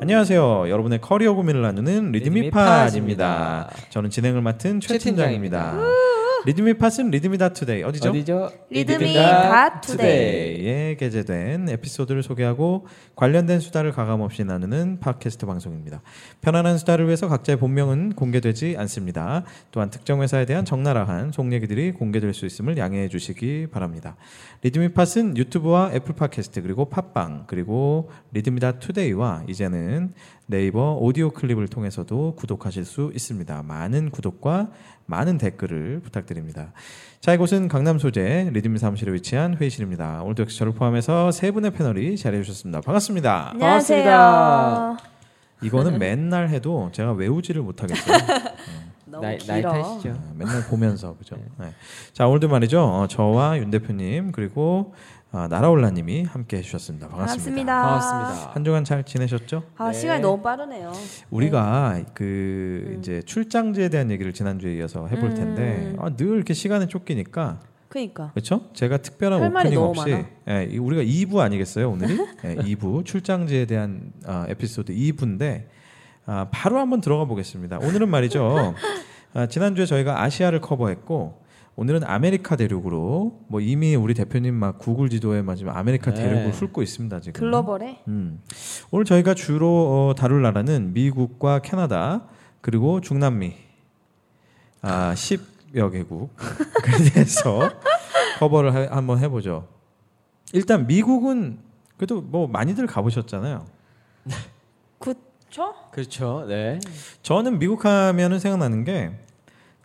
안녕하세요. 여러분의 커리어 고민을 나누는 리드미팟입니다. 리드미팟입니다. 저는 진행을 맡은 최 최 팀장입니다. 리드미팟은 리드미다 투데이 어디죠? 어디죠? 리드미 닷 투데이. 투데이에 게재된 에피소드를 소개하고 관련된 수다를 가감없이 나누는 팟캐스트 방송입니다. 편안한 수다를 위해서 각자의 본명은 공개되지 않습니다. 또한 특정 회사에 대한 적나라한 속 얘기들이 공개될 수 있음을 양해해 주시기 바랍니다. 리드미팟은 유튜브와 애플 팟캐스트 그리고 팟빵 그리고 리드미다 투데이와 이제는 네이버 오디오 클립을 통해서도 구독하실 수 있습니다. 많은 구독과 많은 댓글을 부탁드립니다. 자, 이곳은 강남 소재 리드미 사무실에 위치한 회의실입니다. 오늘도 역시 저를 포함해서 세 분의 패널이 자리해 주셨습니다. 반갑습니다. 안녕하세요. 반갑습니다. 이거는 맨날 해도 제가 외우지를 못하겠어요. 너무 나이, 나이 길어. 탓이죠. 아, 맨날 보면서 그죠. 네. 자, 오늘도 말이죠. 어, 저와 윤 대표님 그리고 아, 나라올라님이 함께 해주셨습니다. 반갑습니다. 반갑습니다. 반갑습니다. 한 주간 잘 지내셨죠? 네. 아 시간이 너무 빠르네요. 우리가 네. 그 이제 출장지에 대한 얘기를 지난주에 이어서 해볼 텐데 음. 아, 늘 이렇게 시간에 쫓기니까 그니까 그렇죠? 제가 특별한 할 말이 오프닝 너무 없이 많아. 예, 이- 우리가 2부 아니겠어요 오늘이 예, 2부 출장지에 대한 아, 에피소드 2부인데 아, 바로 한번 들어가 보겠습니다. 오늘은 말이죠 아, 지난주에 저희가 아시아를 커버했고 오늘은 아메리카 대륙으로 뭐 이미 우리 대표님 막 구글 지도에 막 지금 아메리카 네. 대륙을 훑고 있습니다 지금. 글로벌에 음. 오늘 저희가 주로 어, 다룰 나라는 미국과 캐나다 그리고 중남미 아 10여 개국 그래서 커버를 하- 한번 해보죠. 일단 미국은 그래도 뭐 많이들 가보셨잖아요. 그쵸? 그렇죠. 네. 저는 미국 하면은 생각나는 게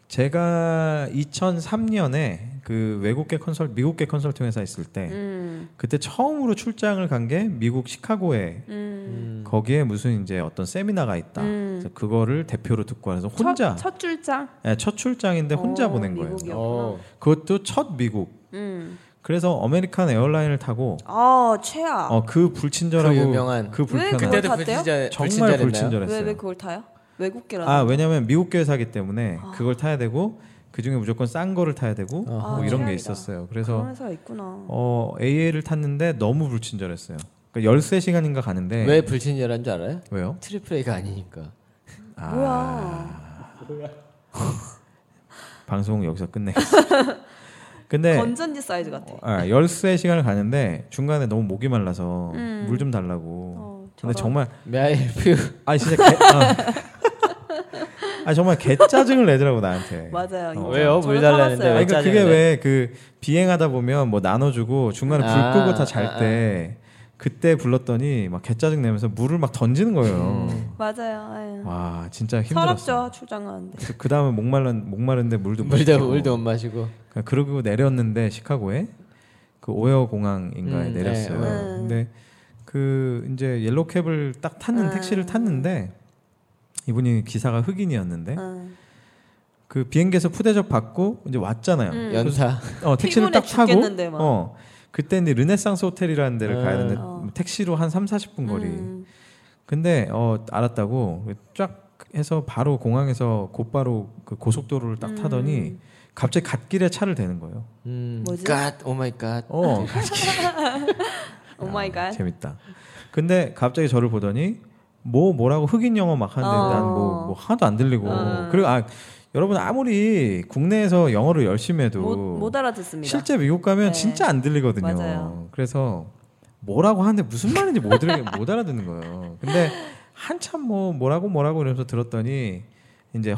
제가 2003년에 그 외국계 컨설 미국계 컨설팅 회사 있을 때 음, 그때 처음으로 출장을 간 게 미국 시카고에 음, 거기에 무슨 이제 어떤 세미나가 있다. 음. 그래서 그거를 대표로 듣고 와서 혼자 첫, 첫 줄장. 예, 첫 출장인데 혼자 어, 보낸 거예요. 미국이요. 어. 그것도 첫 미국. 음. 그래서 아메리칸 에어라인을 타고 아 최악. 어, 그 불친절하고 그 유명한- 그 불편한 그걸 그때도 탔대요? 정말 불친절 불친절했나요? 왜 왜 불친절했어요. 그걸 타요? 외국계라서. 아 왜냐면 미국계 회사기 때문에 아. 그걸 타야 되고 그 중에 무조건 싼 거를 타야 되고 어허. 뭐 이런 게 최악이다. 있었어요. 그런 그래서 회사가 있구나. 어, AA를 탔는데 너무 불친절했어요. 그러니까 13시간인가 가는데 왜 불친절한 줄 알아요? 왜요? 트리플 A가 아니니까. 아, 뭐야. 방송 여기서 끝내겠습니다. 근데 건전지 사이즈 같아. 아, 13시간을 가는데 중간에 너무 목이 말라서 음. 물 좀 달라고. 어, 근데 저런. 정말 메아일 퓨. 아 진짜 개, 아. 아, 정말 개짜증을 내더라고 나한테. 어. 맞아요. 진짜. 왜요? 저는 물 달라는데 타봤어요. 아니, 그러니까 그게 짜증을 왜 그 비행하다 보면 뭐 나눠주고 중간에 불 아, 끄고 아, 다 잘 때 그때 불렀더니 막 개짜증 내면서 물을 막 던지는 거예요. 음. 맞아요. 아유. 와 진짜 힘들었어. 서럽죠 출장 가는데. 그 다음에 목말른 목마른데 물도 못 물도 마시고. 물도 못 마시고. 그러니까 그러고 내렸는데 시카고에 그 오헤어 공항인가에 음, 내렸어요. 네, 음. 근데 그 이제 옐로캡을 딱 탔는 음. 택시를 탔는데 이분이 기사가 흑인이었는데 응. 그 비행기에서 푸대접 받고 이제 왔잖아요. 음. 연타. 어, 택시를 딱 피곤해 타고 죽겠는데 막. 어 그때 이제 르네상스 호텔이라는 데를 음. 가야 되는데 어. 택시로 한 3, 40분 거리. 음. 근데 어 알았다고 쫙 해서 바로 공항에서 곧바로 그 고속도로를 딱 음. 타더니 갑자기 갓길에 차를 대는 거예요. 음. 뭐지? 갓. 오 마이 갓. 아, 어, 아, 오 마이 갓. 재밌다. 근데 갑자기 저를 보더니 뭐 뭐라고 흑인 영어 막 하는데 어. 난 뭐 뭐 하나도 안 들리고 음. 그리고 아 여러분 아무리 국내에서 영어를 열심히 해도 못, 못 알아듣습니다. 실제 미국 가면 네. 진짜 안 들리거든요. 맞아요. 그래서 뭐라고 하는데 무슨 말인지 못, 들, 못 알아듣는 거예요. 근데 한참 뭐 뭐라고 뭐라고 이러면서 들었더니 이제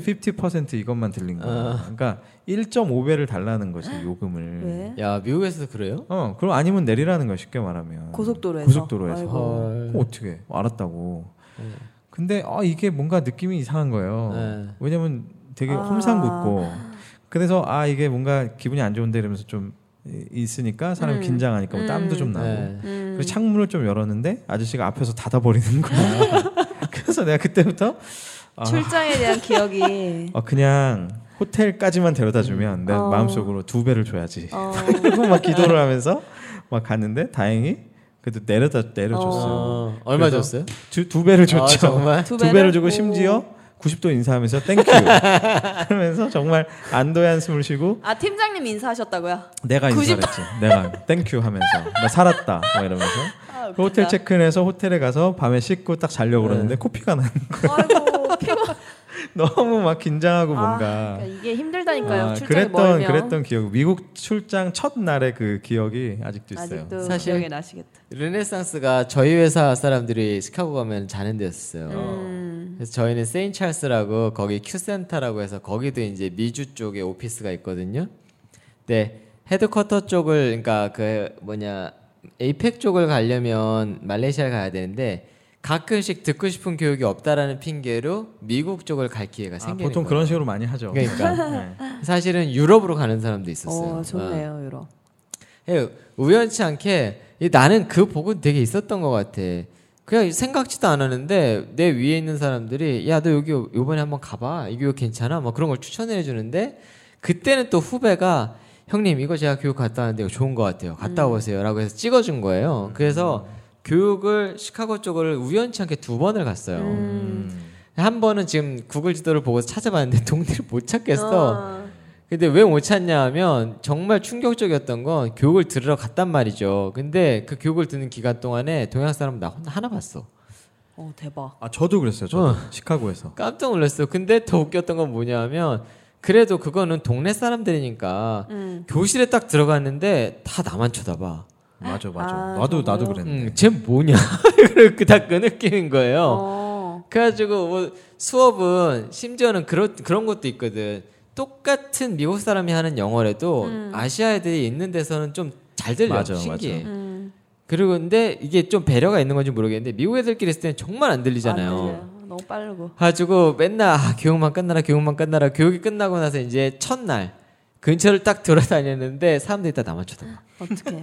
150% 이것만 들린 거예요. 어. 그러니까 1.5배를 달라는 거지 요금을. 왜? 야 미국에서도 그래요? 어, 그럼 아니면 내리라는 거야 쉽게 말하면. 고속도로에서. 고속도로에서. 아이고. 헐. 그거 어떻게 알았다고. 근데 아 이게 뭔가 느낌이 이상한 거예요. 네. 왜냐면 되게 아. 홈상 굽고. 그래서 아 이게 뭔가 기분이 안 좋은데 이러면서 좀 이- 있으니까 사람이 음. 긴장하니까 뭐 땀도 좀 음. 나고. 네. 음. 그래서 창문을 좀 열었는데 아저씨가 앞에서 닫아버리는 거야. 그래서 내가 그때부터 아, 출장에 대한 기억이 어, 그냥 호텔까지만 데려다주면 내 어. 마음속으로 두 배를 줘야지. 어, 그리고 막 기도를 하면서 막 갔는데 다행히 그래도 내려다 내려줬어요. 어, 얼마 그래서 줬어요? 두, 두 배를 줬죠. 아, 정말? 두 두 배를, 배를? 주고 오. 심지어 90도 인사하면서 땡큐 하면서 정말 안도의 한숨을 쉬고 아 팀장님 인사하셨다고요? 내가 90도 인사했지. 내가 땡큐 하면서 나 살았다 막 이러면서 웃기다. 호텔 체크인해서 호텔에 가서 밤에 씻고 딱 자려고 네. 그러는데 코피가 나는 아이고 피곤. 너무 막 긴장하고 아, 뭔가 그러니까 이게 힘들다니까요. 아, 출장이 그랬던 멀면. 그랬던 기억 미국 출장 첫 날의 그 기억이 아직도 있어요. 아직도 사실- 기억에 나시겠다. 르네상스가 저희 회사 사람들이 시카고 가면 자는 데였어요. 음. 그래서 저희는 세인 찰스라고 거기 큐센터라고 해서 거기도 이제 미주 쪽에 오피스가 있거든요. 근데 헤드쿼터 쪽을 그러니까 그 뭐냐 에이펙 쪽을 가려면 말레이시아를 가야 되는데 가끔씩 듣고 싶은 교육이 없다라는 핑계로 미국 쪽을 갈 기회가 아, 생기는 보통 거예요. 그런 식으로 많이 하죠. 그러니까 네. 사실은 유럽으로 가는 사람도 있었어요. 아. 어 좋네요 유럽. 어. 예, 우연치 않게 이 나는 그 복은 되게 있었던 것 같아. 그냥 생각지도 않았는데 내 위에 있는 사람들이 야 너 여기 요번에 한번 가봐 이거 괜찮아 막 그런 걸 추천해 주는데 그때는 또 후배가 형님 이거 제가 교육 갔다 왔는데 이거 좋은 것 같아요 갔다 오세요라고 해서 찍어준 거예요 그래서 교육을 시카고 쪽을 우연치 않게 두 번을 갔어요 음. 한 번은 지금 구글 지도를 보고 찾아봤는데 동네를 못 찾겠어 어. 근데 왜 못 찾냐 하면 정말 충격적이었던 건 교육을 들으러 갔단 말이죠. 근데 그 교육을 듣는 기간 동안에 동양 사람 나 혼자 하나 봤어. 어 대박. 아 저도 그랬어요. 저 어. 도 시카고에서. 깜짝 놀랐어. 근데 더 웃겼던 건 뭐냐 하면 그래도 그거는 동네 사람들이니까 음. 교실에 딱 들어갔는데 다 나만 쳐다봐. 맞아 맞아. 아, 나도 나도 정말요? 그랬는데. 음, 쟤 뭐냐? 그다그 느끼는 거예요. 어. 그래가지고 뭐 수업은 심지어는 그런 그런 것도 있거든. 똑같은 미국 사람이 하는 영어라도 아시아 애들이 있는 데서는 좀 잘 들려. 맞아, 신기해. 음. 그리고 근데 이게 좀 배려가 있는 건지 모르겠는데 미국 애들끼리 있을 때는 정말 안 안 들리잖아요. 들려요. 어, 너무 빠르고. 가지고 맨날 아, 교육만 끝나라 교육만 끝나라 교육이 끝나고 나서 이제 첫날 근처를 딱 돌아다녔는데 사람들이 다 나만 쳐다봐. 어떻게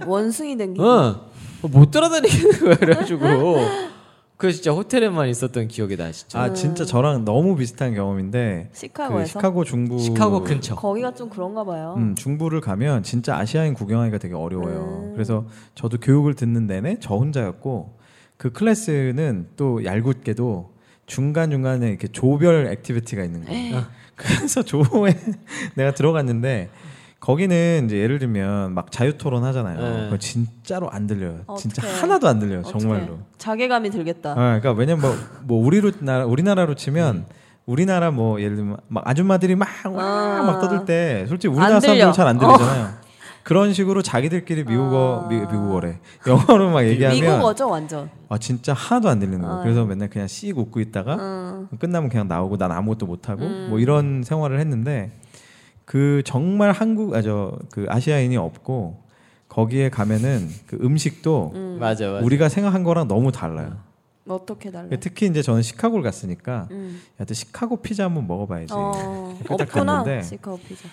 원숭이 된 기분. 어, 못 돌아다니는 거야 그래가지고 그 진짜 호텔에만 있었던 기억이 나 진짜. 아 진짜 저랑 너무 비슷한 경험인데 그 음. 시카고에서 시카고 중부 시카고 근처. 거기가 좀 그런가 봐요. 음, 중부를 가면 진짜 아시아인 구경하기가 되게 어려워요. 음. 그래서 저도 교육을 듣는 내내 저 혼자였고 그 클래스는 또 얄궂게도 중간 중간에 이렇게 조별 액티비티가 있는 네. 거예요. 그래서 조에 내가 들어갔는데 거기는 이제 예를 들면 막 자유 토론 하잖아요. 네. 그거 진짜로 안 들려요. 진짜 어떡해. 하나도 안 들려요. 어떡해. 네, 정말로. 자괴감이 들겠다. 음. 아, 그러니까 왜냐면 뭐, 뭐 우리로 나 우리나라로 치면 우리나라 뭐 예를 들면 막 아줌마들이 막막 아. 막 떠들 때 솔직히 안 우리나라 들려. 어. 사람들 잘안 들리잖아요. 그런 식으로 자기들끼리 미국어 아. 미, 국어래 영어로 막 얘기하면 미국어죠 완전. 아 진짜 하나도 안 들리는 거예요. 아. 그래서 맨날 그냥 씩 웃고 있다가 음. 끝나면 그냥 나오고 난 아무것도 못 하고 음. 뭐 이런 생활을 했는데 그 정말 한국 아 저 그 아시아인이 없고 거기에 가면은 그 음식도 음. 맞아 맞아. 우리가 생각한 거랑 너무 달라요. 어떻게 달라? 특히 이제 저는 시카고를 갔으니까 음. 야또 시카고 피자 한번 먹어봐야지. 어, 그때 딱 없구나. 갔는데. 시카고 피자.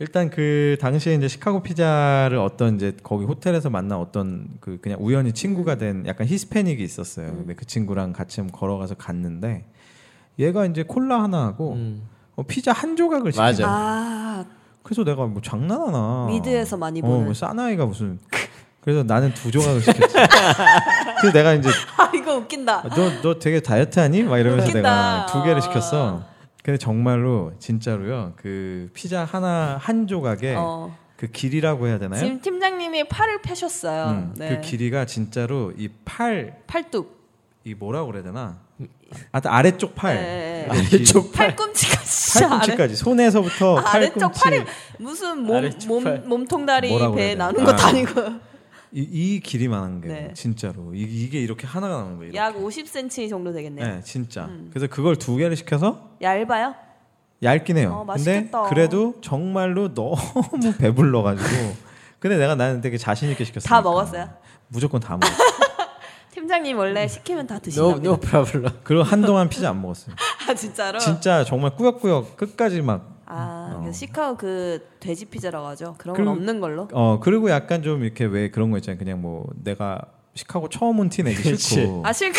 일단 그 당시에 이제 시카고 피자를 어떤 이제 거기 호텔에서 만난 어떤 그 그냥 우연히 친구가 된 약간 히스패닉이 있었어요. 음. 근데 그 친구랑 같이 한번 걸어가서 갔는데 얘가 이제 콜라 하나 하고 음. 어, 피자 한 조각을 시켜. 맞아. 아 그래서 내가 뭐 장난하나. 미드에서 많이 어, 보는. 뭐 싸나이가 무슨. 그래서 나는 두 조각을 시켰지. 그래서 내가 이제 아 이거 웃긴다. 너 너 되게 다이어트하니? 막 이러면서 웃긴다. 내가 두 개를 아. 시켰어. 근데 정말로 진짜로요. 그 피자 하나 한 조각에 어. 그 길이라고 해야 되나요? 지금 팀장님이 팔을 펴셨어요. 음, 네. 그 길이가 진짜로 이 팔 이 팔뚝. 뭐라고 그래야 되나? 아, 아래쪽 팔. 네. 이렇게 길- 아래쪽 팔. 팔꿈치가 진짜 아래. 팔꿈치까지 손에서부터 아, 아래쪽 팔꿈치 팔을 무슨 몸, 아래쪽 팔. 몸 몸통다리 뭐라고 배 해야 되나? 나눈 것도 아. 아니고 이, 이 길이만한 게 네. 진짜로 이, 이게 이렇게 하나가 나오는 거예요. 이렇게. 약 50cm 정도 되겠네요. 음. 네, 진짜. 그래서 그걸 두 개를 시켜서 얇아요? 얇긴 해요. 어, 근데 맛있겠다. 그래도 정말로 너무 배불러가지고. 근데 내가 나는 되게 자신 있게 시켰어. 다 먹었어요? 무조건 다 먹었어. 팀장님 원래 시키면 다 드신답니다. No no problem. 그리고 한동안 피자 안 먹었어요. 아 진짜로? 진짜 정말 꾸역꾸역 끝까지 막. 아 어. 그 시카고 그 돼지 피자라고 하죠. 그런 건 그리고- 없는 걸로. 어 그리고 약간 좀 이렇게 왜 그런 거 있잖아요. 그냥 뭐 내가 시카고 처음 온 티 내기 싫고 아 실크.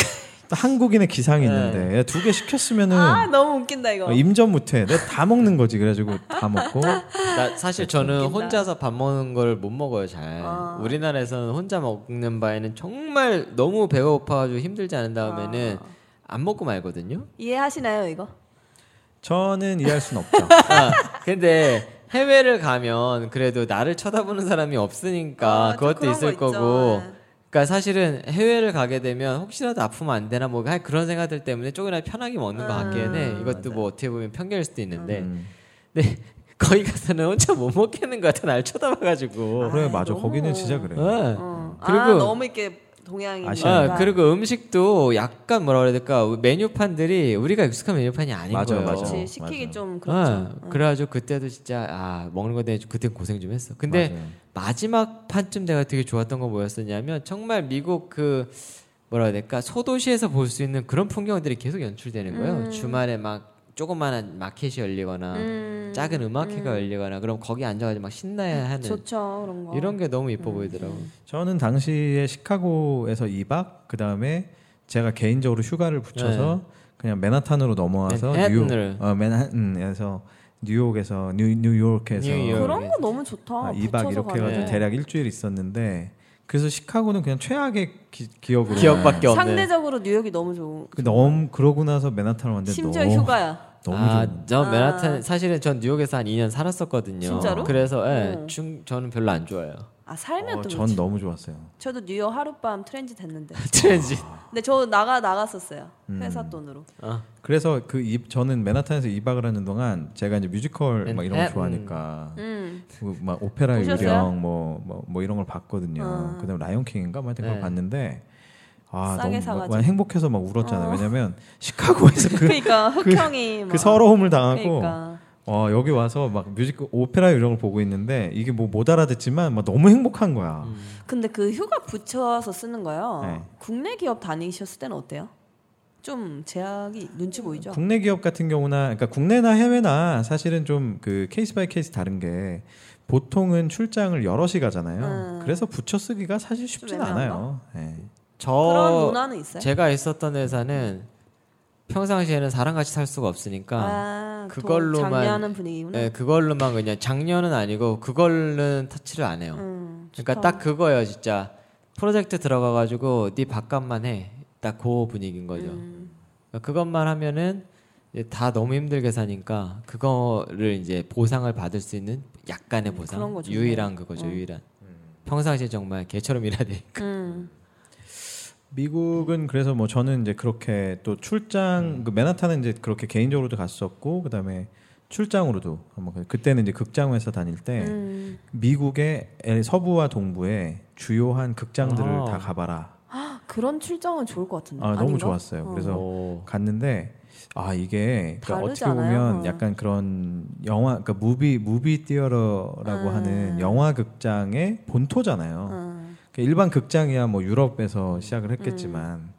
또 한국인의 기상이 네. 있는데 두 개 시켰으면은 아 너무 웃긴다 이거. 어, 임전 못해. 내가 다 먹는 거지. 그래가지고 다 먹고 나 사실 저는 웃긴다. 혼자서 밥 먹는 걸 못 먹어요 잘. 아. 우리나라에서는 혼자 먹는 바에는 정말 너무 배가 고파가지고 힘들지 않은 다음에는 아. 안 먹고 말거든요. 이해하시나요 이거? 저는 이해할 순 없죠. 아, 근데 해외를 가면 그래도 나를 쳐다보는 사람이 없으니까 아, 좀 그것도 그런 거 있을 있죠. 거고. 네. 그러니까 사실은 해외를 가게 되면 혹시라도 아프면 안 되나 뭐 하- 그런 생각들 때문에 조금이라도 편하게 먹는 것 아, 같긴 해. 이것도 맞아. 뭐 어떻게 보면 편견일 수도 있는데 음. 거기 가서는 혼자 못 먹겠는 것 같아 날 쳐다봐가지고. 뭐 그래 아이, 맞아 너무- 거기는 진짜 네. 그래. 어. 어. 아 그리고- 너무 이렇게 동양인. 아시아니까. 아, 그리고 음식도 약간 뭐라 그래야 될까 메뉴판들이 우리가 익숙한 메뉴판이 아닌 맞아, 거예요. 맞아. 그렇지 시키기 맞아. 네. 좀 그렇죠. 아, 그래가지고 그때도 진짜 아 먹는 거 대해 그때 고생 좀 했어. 근데 맞아요. 마지막 판쯤 내가 되게 좋았던 건 뭐였었냐면 정말 미국 그 뭐라 해야 될까 소도시에서 볼 수 있는 그런 풍경들이 계속 연출되는 거예요. 음. 주말에 막 조그마한 마켓이 열리거나 네. 음, 작은 음악회가 열리거나 그럼 거기 앉아가지고 막 신나야 네. 하는 좋죠 그런 거. 음. 이런 게 너무 이뻐 보이더라고. 저는 당시에 시카고에서 2박 그 다음에 제가 개인적으로 휴가를 붙여서 그냥 맨하탄으로 넘어와서 뉴욕, 네. 맨하탄으로. 어, 맨하탄에서 뉴욕에서 뉴, 뉴욕에서 뉴욕. 아, 그런 거 너무 좋다. 2박 이렇게 해가지고 가네. 대략 일주일 있었는데 그래서 시카고는 그냥 최악의 기, 기억으로 기억밖에 없네. 상대적으로 뉴욕이 너무 좋은. 그 너무 그러고 나서 맨하탄을 왔는데 심지어 너무 휴가야. 너무 아, 좋은 저 아. 맨하탄 사실은 전 뉴욕에서 한 2년 살았었거든요. 진짜로? 그래서 예, 어. 중 저는 별로 안 좋아요. 아 살면 어, 또. 전 그렇지. 너무 좋았어요. 저도 뉴욕 하룻밤 트렌지 됐는데. 트렌지. 아. 근데 저 나가 나갔었어요. 음. 회사 돈으로. 어. 그래서 그 이, 저는 맨하탄에서 2박을 하는 동안 제가 이제 뮤지컬 막 이런 거 맨하탄. 네. 좋아하니까 음. 그막 오페라 보셨어요? 유령 뭐뭐 뭐, 뭐 이런 걸 봤거든요. 어. 그다음 라이온 킹인가 뭐 하여튼 그걸 네. 봤는데 아 너무 싸게 막, 사가지고. 어. 막 행복해서 막 울었잖아요. 왜냐면 시카고에서 그, 그러니까 흑형이 막. 그 서러움을 당하고 그러니까. 어, 여기 와서 막 뮤지컬 오페라 유령을 보고 있는데 이게 뭐 못 알아듣지만 막 너무 행복한 거야. 근데 그 휴가 붙여서 쓰는 거요. 네. 국내 기업 다니셨을 때는 어때요? 좀 제약이 눈치 보이죠? 국내 기업 같은 경우나 그러니까 국내나 해외나 사실은 좀 그 케이스 바이 케이스 다른 게 보통은 출장을 여럿이 가잖아요. 음. 그래서 붙여 쓰기가 사실 쉽진 애매한가? 않아요. 예. 그런 저 문화는 있어요. 제가 있었던 회사는 평상시에는 사람 같이 살 수가 없으니까 아, 돈 그러니까 그걸로만- 장려하는 분위기구나. 예, 그걸로만 그냥 작년은 아니고 그걸로는 터치를 안 해요. 음, 그러니까 좋다. 딱 그거예요, 진짜. 프로젝트 들어가 가지고 네 밥값만 해. 딱 그 분위기인 거죠. 음. 그러니까 그것만 하면은 이제 다 너무 힘들게 사니까 그거를 이제 보상을 받을 수 있는 약간의 보상. 음, 그런 거죠. 네. 어. 유일한 그거죠, 유일한. 음. 평상시에 정말 개처럼 일하야 돼. 음. 미국은 그래서 뭐 저는 이제 그렇게 또 출장 그 맨하탄은 이제 그렇게 개인적으로도 갔었고 그다음에 출장으로도 한번 가- 그때는 이제 극장 회사 다닐 네. 때 음. 미국의 에- 서부와 동부의 주요한 극장들을 아. 다 가봐라. 아, 그런 출장은 좋을 것 같은데. 아, 너무 아닌가? 좋았어요. 어. 그래서 갔는데 아 이게 그러니까 다르지 어떻게 않아요? 보면 어. 약간 그런 영화 그러니까 무비 무비 띠어러라고 음. 하는 영화 극장의 본토잖아요. 음. 그 일반 극장이야 뭐 유럽에서 시작을 했겠지만 음.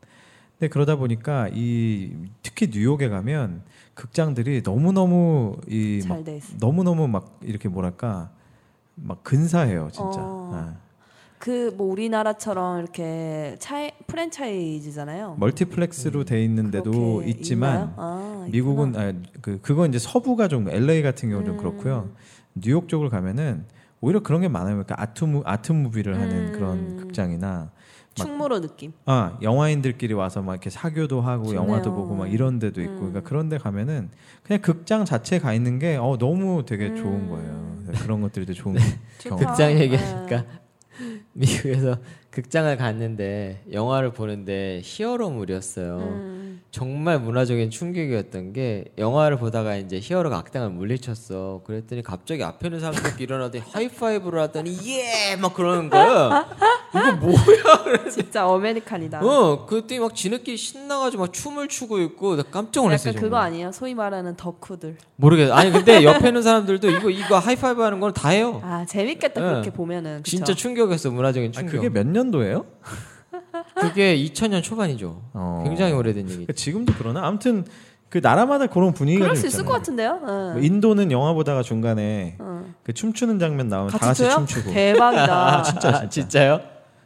근데 그러다 보니까 이 특히 뉴욕에 가면 극장들이 너무 너무 이 잘 돼 있어. 너무 너무 막 이렇게 뭐랄까 막 근사해요 진짜. 어. 아. 그 뭐 우리나라처럼 이렇게 차이, 프랜차이즈잖아요. 멀티플렉스로 돼 있는데도 음. 그렇게 있지만 있나요? 아, 미국은 있구나. 아, 그 그건 이제 서부가 좀 LA 같은 경우 는좀 음. 그렇고요. 뉴욕 쪽을 가면은 오히려 그런 게 많아요. 그러니까 아트 무 아트 무비를 하는 음. 그런 극장이나 막- 충무로 느낌. 아 영화인들끼리 와서 막 이렇게 사교도 하고 좋네요. 영화도 보고 막 이런 데도 있고 음. 그러니까 그런 데 가면은 그냥 극장 자체 가 있는 게 어, 너무 되게 음. 좋은 거예요. 그래서 그런 것들이 되게 좋은 경험. 좋다. 그 극장 네. 얘기하니까 미국에서 극장을 갔는데 영화를 보는데 히어로물이었어요. 음. 정말 문화적인 충격이었던 게 영화를 보다가 이제 히어로가 악당을 물리쳤어. 그랬더니 갑자기 앞에 있는 사람들이 일어나더니 하이파이브를 하더니 예! 막 그러는 거야. 이게 뭐야? 어. 진짜 어메리칸이다. 어, 그랬더니 막 지느끼리 신나가지고 막 춤을 추고 있고 나 깜짝 약간 놀랐어요. 그거 정말. 아니에요? 소위 말하는 덕후들. 모르겠어. 아니 근데 옆에 있는 사람들도 이거 이거 하이파이브 하는 건 다 어. 해요. 아 재밌겠다 네. 그렇게 보면은. 아, 그쵸? 진짜 충격이었어 문화적인 아, 충격. 그게 몇 년도예요? 그게 2000년 초반이죠. 어. 굉장히 오래된 얘기. 그러니까 지금도 그러나 아무튼 그 나라마다 그런 분위기가 그럴 좀 수 있을 있잖아요. 것 같은데요. 어. 응. 뭐 인도는 영화 보다가 중간에 응. 그 춤추는 장면 나오면 다 같이 같이 춰요? 춤추고 대박이다. 아, 진짜 진짜요?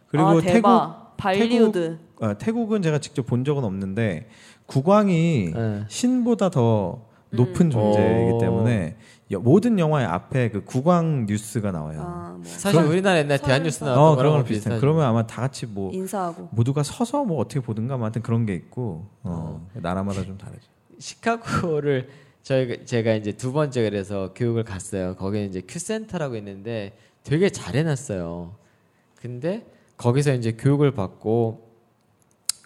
그리고 아, 태국 대박. 발리우드. 아, 태국은 제가 직접 본 적은 없는데 국왕이 네. 신보다 더 높은 존재이기 오. 때문에 여- 모든 영화의 앞에 그 국왕 뉴스가 나와요. 아, 뭐. 사실 그럼- 우리나라 옛날 대한뉴스 나왔던 어 그런 거랑 거랑 비슷해. 비슷한. 그러면 아마 다 같이 뭐 인사하고. 모두가 서서 뭐 어떻게 보든가 뭐 하여튼 그런 게 있고 어, 나라마다 좀 다르죠. 시카고를 저희가 제가 이제 두 번째 그래서 교육을 갔어요. 거기에 이제 큐센터라고 있는데 되게 잘 해놨어요. 근데 거기서 이제 교육을 받고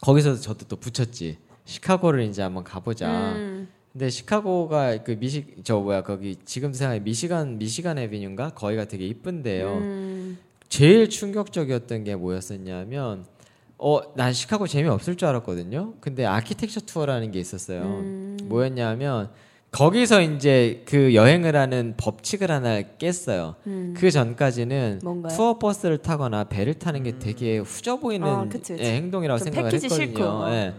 거기서 저도 또 붙였지. 시카고를 이제 한번 가보자. 음. 근데 시카고가 그 미시 저 뭐야 거기 지금 생각해 미시간 미시간 에비뉴인가 거기가 되게 이쁜데요. 음. 제일 충격적이었던 게 뭐였었냐면 어 난 시카고 재미없을 줄 알았거든요. 근데 아키텍처 투어라는 게 있었어요. 음. 뭐였냐면 거기서 이제 그 여행을 하는 법칙을 하나 깼어요. 음. 그 전까지는 뭔가요? 투어 버스를 타거나 배를 타는 게 되게 후져 보이는 아, 그치, 그치. 예, 행동이라고 좀 생각을 패키지 했거든요. 싫고, 어. 예.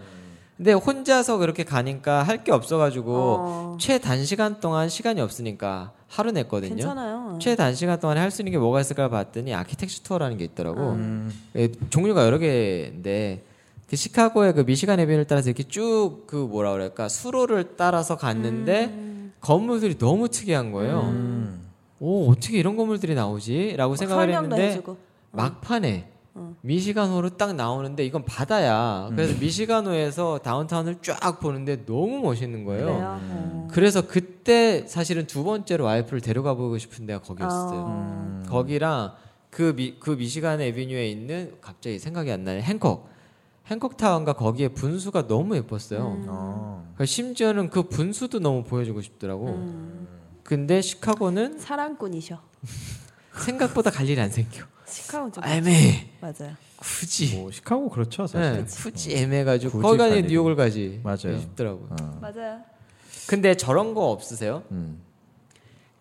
근데 혼자서 그렇게 가니까 할 게 없어가지고 어, 최단시간 동안 시간이 없으니까 하루 냈거든요. 괜찮아요. 최단시간 동안에 할 수 있는 게 뭐가 있을까 봤더니 아키텍처 투어라는 게 있더라고. 음. 예, 종류가 여러 개인데 그 시카고의 그 미시간 해변을 따라서 이렇게 쭉 그 뭐라 그럴까 수로를 따라서 갔는데 음. 건물들이 너무 특이한 거예요. 음. 오 어떻게 이런 건물들이 나오지?라고 뭐 생각을 뭐 어, 설명도 했는데 해주고. 막판에 어. 미시간호로 딱 나오는데 이건 바다야. 그래서 음. 미시간호에서 다운타운을 쫙 보는데 너무 멋있는 거예요. 음, 그래요? 어. 그래서 그때 사실은 두 번째로 와이프를 데려가 보고 싶은 데가 거기였어요. 아. 음. 거기랑 그, 미, 그 미시간 에비뉴에 있는 갑자기 생각이 안 나는 행콕. 행콕 타운과 거기에 분수가 너무 예뻤어요. 음. 어. 그러니까 심지어는 그 분수도 너무 보여주고 싶더라고. 음. 근데 시카고는 사랑꾼이셔. 생각보다 갈 일이 안 생겨. 시카고 좀 애매해. 맞아요. 굳이. 뭐 시카고 그렇죠 네, 사실. 굳이 애매해가지고 굳이 거기 갈 가니 일이. 뉴욕을 가지. 맞아요. 싶더라고. 어. 맞아요. 근데 저런 거 없으세요? 음.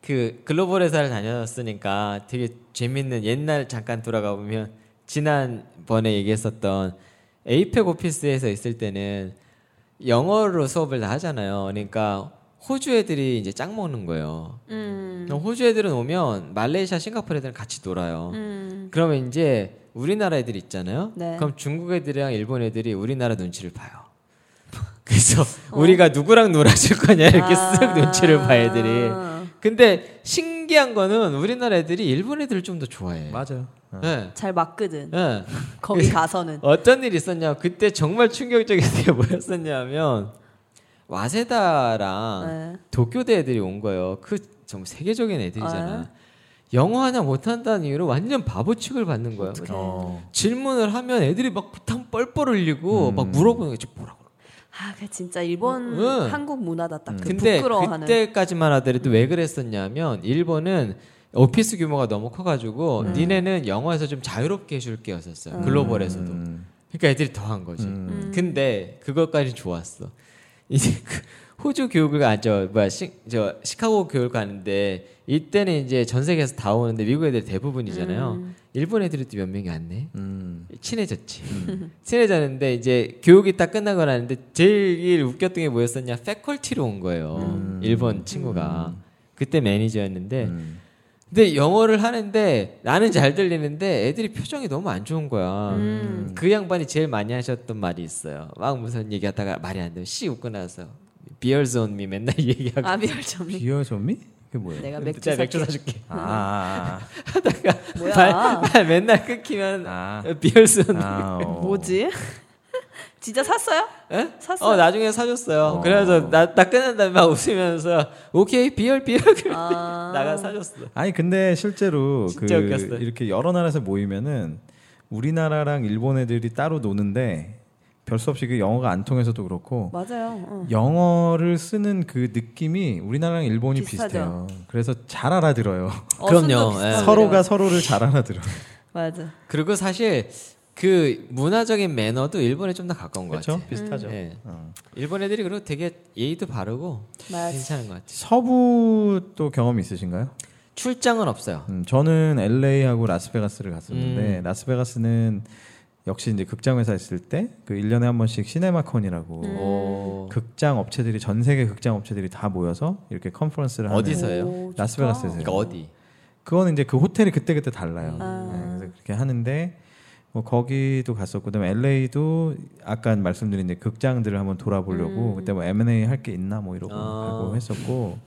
그 글로벌 회사를 다녔으니까 되게 재밌는 옛날 잠깐 돌아가 보면 지난번에 얘기했었던 에이펙 오피스에서 있을 때는 영어로 수업을 다 하잖아요. 그러니까 호주 애들이 이제 짝 먹는 거예요. 음. 그럼 호주 애들은 오면 말레이시아, 싱가포르 애들은 같이 놀아요. 음. 그러면 이제 우리나라 애들 있잖아요. 네. 그럼 중국 애들이랑 일본 애들이 우리나라 눈치를 봐요. 그래서 우리가 누구랑 놀아줄 거냐 이렇게 쓱 눈치를 봐 애들이. 근데 신기한 거는 우리나라 애들이 일본 애들을 좀 더 좋아해. 맞아요. 어. 예. 잘 맞거든. 예. 거기 가서는. 어떤 일이 있었냐? 그때 정말 충격적인 게 뭐였었냐면 와세다랑 네. 도쿄대 애들이 온 거예요. 그 정말 세계적인 애들이잖아. 영어 하나 못한다는 이유로 완전 바보 취급을 받는 거예요. 어떡해. 어. 질문을 하면 애들이 막 부탄 뻘뻘 흘리고 음. 막 물어보는 거지 뭐라고. 아, 그 진짜 일본 응. 한국 문화다 음. 딱. 그 음. 근데 부끄러워하는. 그때까지만 하더라도 왜 그랬었냐면 일본은 오피스 규모가 너무 커가지고 음. 니네는 영어에서 좀 자유롭게 해줄 게였었어요 글로벌에서도 음. 그러니까 애들이 더 한 거지 음. 음. 근데 그것까지 좋았어 이제 그 호주 교육을 아, 가저 뭐야 시, 저 시카고 교육 가는데 이때는 이제 전 세계에서 다 오는데 미국 애들이 대부분이잖아요 음. 일본 애들이 또 몇 명이 왔네 음. 친해졌지. 친해졌는데 이제 교육이 딱 끝나고 나는데 제일 웃겼던 게 뭐였었냐? 패컬티로 온 거예요. 음. 일본 친구가 그때 매니저였는데 음. 근데 영어를 하는데 나는 잘 들리는데 애들이 표정이 너무 안 좋은 거야. 음. 그 양반이 제일 많이 하셨던 말이 있어요. 막 무슨 얘기하다가 말이 안 되면 씨 웃고 나서 비얼즈 온미 맨날 얘기하고 아, 미열점이. 비어 좀미? 그게 뭐예요? 내가 아, 맥주 자, 맥주 살게. 사줄게. 아, 아, 하다가 뭐야? 말, 말 맨날 끊기면 아. 비얼즈 온미 아, 어. 뭐지? 진짜 샀어요? 예? 샀어요? 어 나중에 사줬어요. 어. 그래서 나, 나 끝난 다음에 막 웃으면서 오케이 비열 비열 아. 나가 사줬어. 아니 근데 실제로 그 진짜 웃겼어요. 이렇게 여러 나라에서 모이면은 우리나라랑 일본 애들이 따로 노는데 별 수 없이 그 영어가 안 통해서도 그렇고 맞아요. 어. 응. 영어를 쓰는 그 느낌이 우리나라랑 일본이 비슷해요. 비슷하죠. 그래서 잘 알아들어요. 어순도 그럼요, 비슷하고 예. 그래요. 서로가 서로를 잘 알아들어. 맞아. 그리고 사실 그 문화적인 매너도 일본에 좀 더 가까운 것 그렇죠? 같아. 비슷하죠. 예. 어. 일본 애들이 그리고 되게 예의도 바르고 맞아. 괜찮은 것 같아. 서부 또 경험 있으신가요? 출장은 없어요. 음, 저는 LA하고 라스베가스를 음. 갔었는데 라스베가스는 역시 이제 극장 회사 있을 때 그 1년에 한 번씩 시네마콘이라고 음. 음. 오. 극장 업체들이 전 세계 극장 업체들이 다 모여서 이렇게 컨퍼런스를 하는 어디서? 어디서예요? 오, 좋다. 라스베가스에서요. 그러니까 어디? 그거는 이제 그 호텔이 그때그때 달라요. 아. 네, 그래서 그렇게 하는데 뭐 거기도 갔었고 그다음에 LA도 아까 음. 말씀드린 이제 극장들을 한번 돌아보려고 그때 뭐 M&A 할 게 있나 뭐 이러고 아. 가고 했었고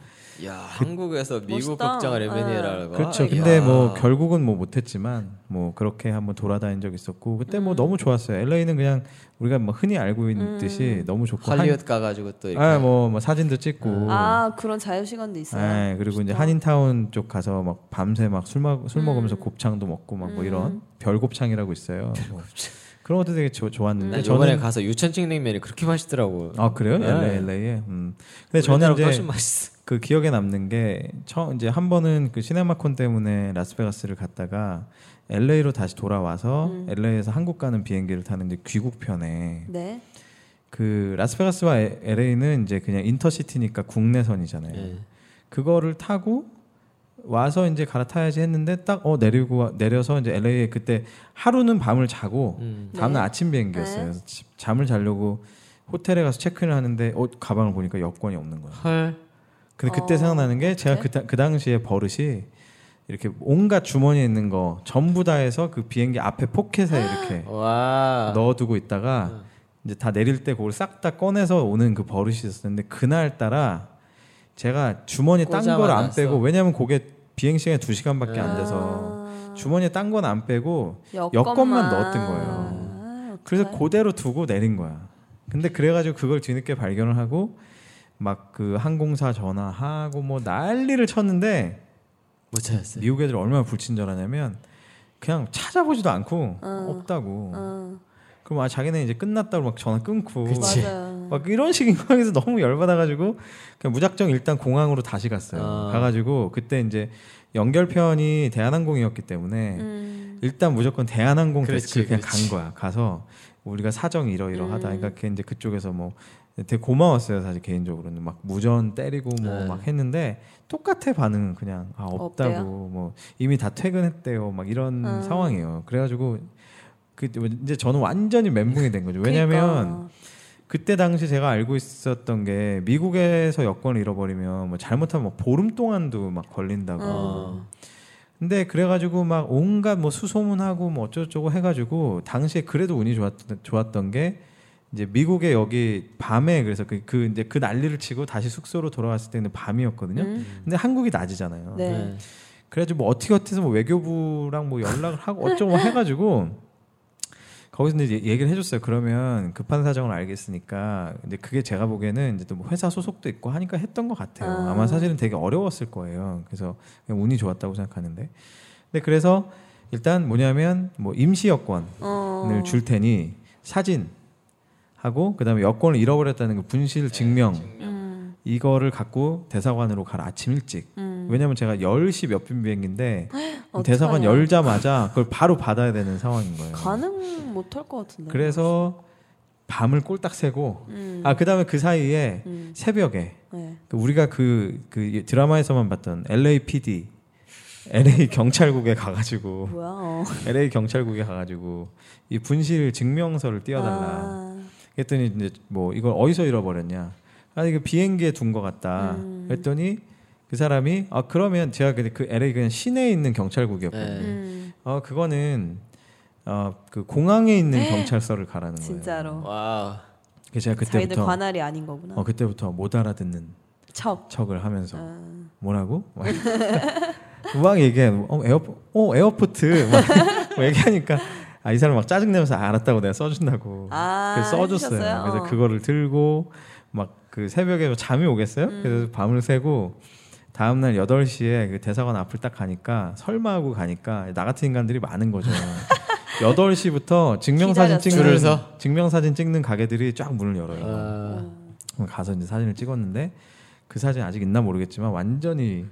야 한국에서 미국 멋있다. 복장을 레미네라고. 그 그렇죠. 근데 뭐 결국은 뭐 못했지만 뭐 그렇게 한번 돌아다닌 적 있었고 그때 음. 뭐 너무 좋았어요. LA는 그냥 우리가 뭐 흔히 알고 있는 듯이 너무 좋고 할리우드 가가지고 또 이렇게. 뭐 아뭐 뭐 사진도 찍고 음. 아 그런 자유 시간도 있어요. 예, 그리고 이제 한인타운 쪽 가서 막 밤새 막 술 먹, 음. 술 먹으면서 곱창도 먹고 막 뭐 이런 별곱창이라고 있어요. 뭐 그런 것도 되게 조- 좋았는데 나 이번에 네, 가서 유천층 냉면이 그렇게 맛있더라고. 아 그래요? 네. LA, LA에. 음. 근데 저는 우리나라보다 이제 훨씬 맛있어. 그 기억에 남는 게 처음 이제 한 번은 그 시네마콘 때문에 라스베가스를 갔다가 LA로 다시 돌아와서 음. LA에서 한국 가는 비행기를 타는데 귀국편에 네. 그 라스베가스와 LA는 이제 그냥 인터시티니까 국내선이잖아요. 예. 그거를 타고 와서 이제 갈아타야지 했는데 딱 어 내리고 와- 내려서 이제 LA에 그때 하루는 밤을 자고 음. 다음날 네. 아침 비행기였어요. 네. 그래서 지- 잠을 자려고 호텔에 가서 체크인을 하는데 어 가방을 보니까 여권이 없는 거예요. 헐. 근데 그때 어, 생각나는 게 제가 그, 당- 그 당시에 버릇이 이렇게 온갖 주머니에 있는 거 전부 다 해서 그 비행기 앞에 포켓에 아. 이렇게 와. 넣어두고 아. 있다가 이제 다 내릴 때 그걸 싹 다 꺼내서 오는 그 버릇이 있었는데 그날 따라 제가 주머니에 딴 걸 꽂아만 안 빼고 놨어. 왜냐면 그게 비행 시간이 두 시간밖에 안 돼서 아, 주머니에 딴 건 안 빼고 여권만 넣었던 거예요. 아, 그래서 어떡해. 그대로 두고 내린 거야. 근데 그래가지고 그걸 뒤늦게 발견을 하고 막 그 항공사 전화하고 뭐 난리를 쳤는데 못 찾았어요. 미국 애들 얼마나 불친절하냐면 그냥 찾아보지도 않고 없다고. 어, 음. 그럼 아 자기는 이제 끝났다고 막 전화 끊고 그치. 맞아요. 막 이런 식인 거에서 너무 열받아가지고 그냥 무작정 일단 공항으로 다시 갔어요. 아. 가가지고 그때 이제 연결편이 대한항공이었기 때문에 음, 일단 무조건 대한항공 그렇지, 데스크를 그냥 그렇지. 간 거야. 가서 우리가 사정 이러이러하다. 그러니까 걔 이제 그쪽에서 뭐 되게 고마웠어요. 사실 개인적으로는 막 무전 때리고 뭐 네. 막 했는데 똑같아 반응은 그냥 아 없다고 없대요? 뭐 이미 다 퇴근했대요. 막 이런 아. 상황이에요. 그래가지고 그 이제 저는 완전히 멘붕이 된 거죠. 왜냐면 그러니까. 그때 당시 제가 알고 있었던 게 미국에서 여권을 잃어버리면 뭐 잘못하면 뭐 보름 동안도 막 걸린다고. 어. 근데 그래가지고 막 온갖 뭐 수소문하고 뭐 어쩌고저쩌고 해가지고 당시에 그래도 운이 좋았던, 좋았던 게 이제 미국에 여기 밤에 그래서 그, 그 이제 그 난리를 치고 다시 숙소로 돌아왔을 때는 밤이었거든요. 음, 근데 한국이 낮이잖아요. 네. 그래가지고 뭐 어떻게 어떻게 뭐 외교부랑 뭐 연락을 하고 어쩌고 해가지고 거기서 이제 얘기를 해줬어요. 그러면 급한 사정을 알겠으니까 근데 그게 제가 보기에는 이제 또뭐 회사 소속도 있고 하니까 했던 것 같아요. 아. 아마 사실은 되게 어려웠을 거예요. 그래서 그냥 운이 좋았다고 생각하는데 근데 그래서 일단 뭐냐면 뭐 임시 여권을 어, 줄 테니 사진 하고 그다음에 여권을 잃어버렸다는 그 분실 증명 음, 이거를 갖고 대사관으로 가라 아침 일찍 음. 왜냐면 제가 10시 몇 분 비행기인데 어떡하냐. 대사관 열자마자 그걸 바로 받아야 되는 상황인 거예요. 가능 못할 것 같은데. 그래서 밤을 꼴딱 새고 음, 아 그다음에 그 사이에 음, 새벽에 네. 그 우리가 그, 그 드라마에서만 봤던 LAPD LA 경찰국에 가가지고 뭐야? 어. LA 경찰국에 가가지고 이 분실 증명서를 띄워달라 아, 그랬더니 이제 뭐 이걸 어디서 잃어버렸냐? 아 이거 비행기에 둔 것 같다. 음. 그랬더니 그 사람이 아 그러면 제가 근데 그 LA 그냥 시내에 있는 경찰국이었거든요. 네. 음, 어 그거는 어그 공항에 있는 경찰서를 가라는 거예요. 네. 진짜로. 와우. 그래서 제가 자기들 그때부터 관할이 아닌 거구나. 어 그때부터 못 알아듣는 척. 척을 하면서 아, 뭐라고? 막 막 얘기해. 어, 에어포, 어, 에어포트. 막 뭐 얘기하니까 아, 이 사람 막 짜증내면서 아, 알았다고 내가 써준다고. 아, 그래서 써줬어요. 해주셨어요? 그래서 어. 그거를 들고 막 그 새벽에 뭐 잠이 오겠어요? 음. 그래서 밤을 새고 다음날 8시에 그 대사관 앞을 딱 가니까 설마하고 가니까 나 같은 인간들이 많은 거죠. 8시부터 증명사진 기다렸어요. 찍는 줄을 서? 증명사진 찍는 가게들이 쫙 문을 열어요. 아, 음. 그럼 가서 이제 사진을 찍었는데 그 사진 아직 있나 모르겠지만 완전히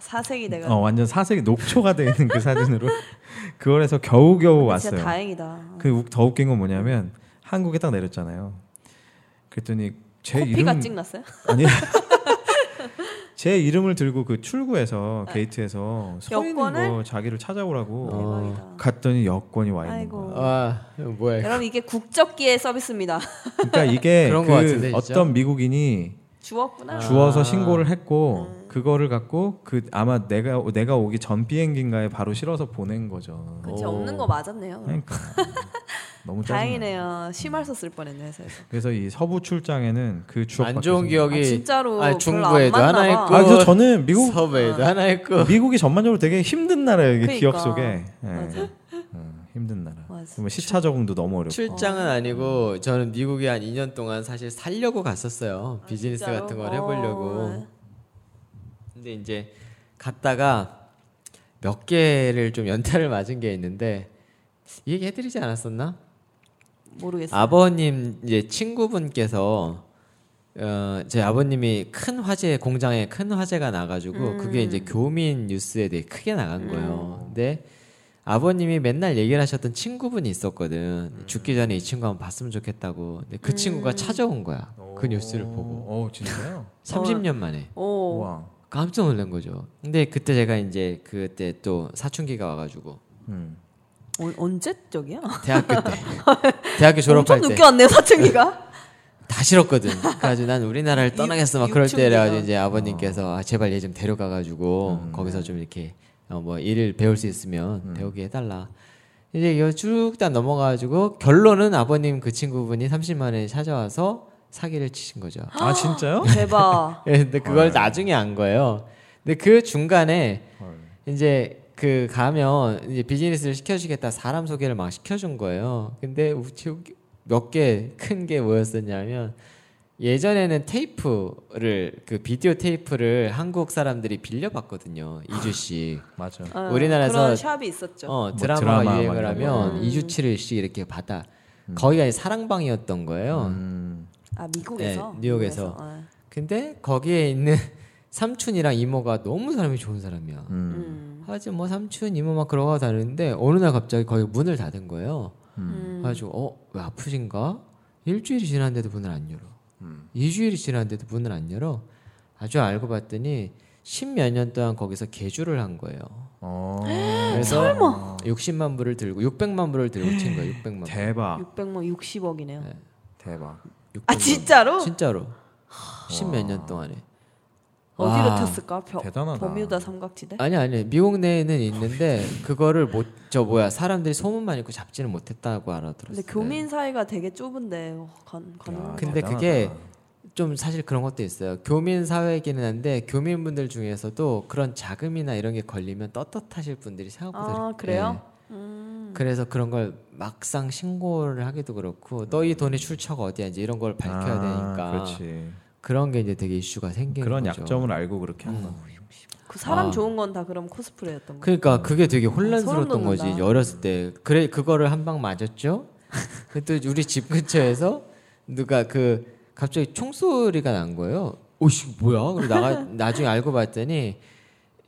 사색이 내가 어 완전 사색이 녹초가 돼 있는 그 사진으로 그걸 해서 겨우겨우 진짜 왔어요. 다행이다. 그 더 웃긴 건 뭐냐면 한국에 딱 내렸잖아요. 그랬더니 제 코피가 이름 찍났어요? 아니 제 이름을 들고 그 출구에서 게이트에서 서 여권을? 있는 거 자기를 찾아오라고 어. 대박이다. 갔더니 여권이 와 있는 아이고. 거야. 와, 이거 뭐야? 여러분 이게 국적기의 서비스입니다. 그러니까 이게 그런 그 거 같은데, 진짜? 어떤 미국인이 주웠구나. 아. 주워서 신고를 했고 그거를 갖고 그 아마 내가 내가 오기 전 비행기인가에 바로 실어서 보낸 거죠. 그치 오. 없는 거 맞았네요. 그러니까 너무 짜증나. 다행이네요. 심할 썼을 뻔했네 회사에서. 그래서 이 서부 출장에는 그 추억 안 좋은 기억이 아, 아니, 진짜로 별로 안 중부에도 맞나 하나 봐. 있고. 아 그래서 저는 미국 아. 어. 섭외도 하나 했고 미국이 전반적으로 되게 힘든 나라예요. 이게 기억 그러니까. 속에 예. 맞아. 음, 힘든 나라. 맞아. 뭐 시차 적응도 너무 어렵고. 출장은 아니고 저는 미국에 한 2년 동안 사실 살려고 갔었어요. 아, 비즈니스 진짜로? 같은 걸 어. 해보려고. 근데 이제 갔다가 몇 개를 좀 연타를 맞은 게 있는데 이 얘기 해드리지 않았었나? 아, 모르겠어요. 아버님 이제 친구분께서 어, 제 아버님이 큰 화재 공장에 큰 화재가 나가지고 음. 그게 이제 교민 뉴스에 되게 크게 나간 거예요. 근데 아버님이 맨날 얘기를 하셨던 친구분이 있었거든. 죽기 전에 이 친구 한번 봤으면 좋겠다고. 근데 그 음. 친구가 찾아온 거야. 그 오. 뉴스를 보고 어 진짜요? 30년 만에. 오. 와. 깜짝 놀란 거죠. 근데 그때 제가 이제 그때 또 사춘기가 와가지고 음. 어, 언제 적이야? 그 대학교 때 대학교 엄청 졸업할 때 늦게 왔네요 사춘기가. 다 싫었거든. 그래가지고 난 우리나라를 떠나겠어 막 육- 그럴 때라가지고 육중대가- 이제 아버님께서 아, 제발 얘 좀 데려가가지고 거기서 좀 이렇게 어, 뭐 일을 배울 수 있으면 배우게 해달라. 이제 이거 쭉다 넘어가가지고 결론은 아버님 그 친구분이 30만 원에 찾아와서 사기를 치신 거죠. 아 진짜요? 대박. 예, 근데 그걸 나중에 안 거예요. 근데 그 중간에 이제 그 가면 이제 비즈니스를 시켜주겠다 사람 소개를 막 시켜준 거예요. 근데 몇 개 큰 게 뭐였었냐면 예전에는 테이프를 그 비디오 테이프를 한국 사람들이 빌려봤거든요. 2주씩. 맞아. 어, 우리나라에서- 그런 샵이 있었죠. 어, 뭐 드라마가 드라마 막 유행을 이런 하면 거. 2주치를씩 이렇게 받아. 거기가 이제 사랑방이었던 거예요. 음. 아 미국에서. 네, 뉴욕에서. 미국에서. 아, 근데 거기에 있는 삼촌이랑 이모가 너무 사람이 좋은 사람이야. 음. 음. 하지 뭐 삼촌 이모만 그러고 다니는데 어느 날 갑자기 거기 문을 닫은 거예요. 음. 그래가지고 어 왜 아프신가? 일주일이 지났는데도 문을 안 열어. 음. 이주일이 지났는데도 문을 안 열어. 아주 알고 봤더니 십몇 년 동안 거기서 개주를 한 거예요. 어. 그래서 60만 불을 들고 600만 불을 들고 친 거예요. 600만 불. 대박. 600만 60억이네요. 대박. 600만 아 진짜로? 네? 진짜로. 십몇 년 동안에. 어디로 와. 탔을까? 벼, 대단하다. 버뮤다 삼각지대? 아니 아니 미국 내에는 있는데 그거를 못 저 뭐야 사람들이 소문만 있고 잡지는 못했다고 알아들었어요. 근데 교민 사이가 되게 좁은데 어, 간 가는. 야, 근데 대단하다. 그게 좀 사실 그런 것도 있어요. 교민 사회이기는 한데 교민분들 중에서도 그런 자금이나 이런 게 걸리면 떳떳하실 분들이 생각보다 아 이렇게- 그래요? 예. 그래서 그런 걸 막상 신고를 하기도 그렇고 너 이 돈의 출처가 어디야 이제 이런 걸 밝혀야 아, 되니까 그렇지. 그런게 이제 되게 이슈가 생기는 그런 거죠. 어, 약점을 알고 그렇게 한 거. 그 사람 아. 좋은 건 다 그럼 코스프레였던 어, 거. 그러니까 그게 되게 소름 혼란스러웠던 거지 돋는다. 이제 어렸을 때 그래 그거를 한 방 맞았죠. 근데 또 우리 집 근처에서 누가 그 갑자기 총소리가 난 거예요. 오씨 뭐야? 그리고 나가 나중에 알고 봤더니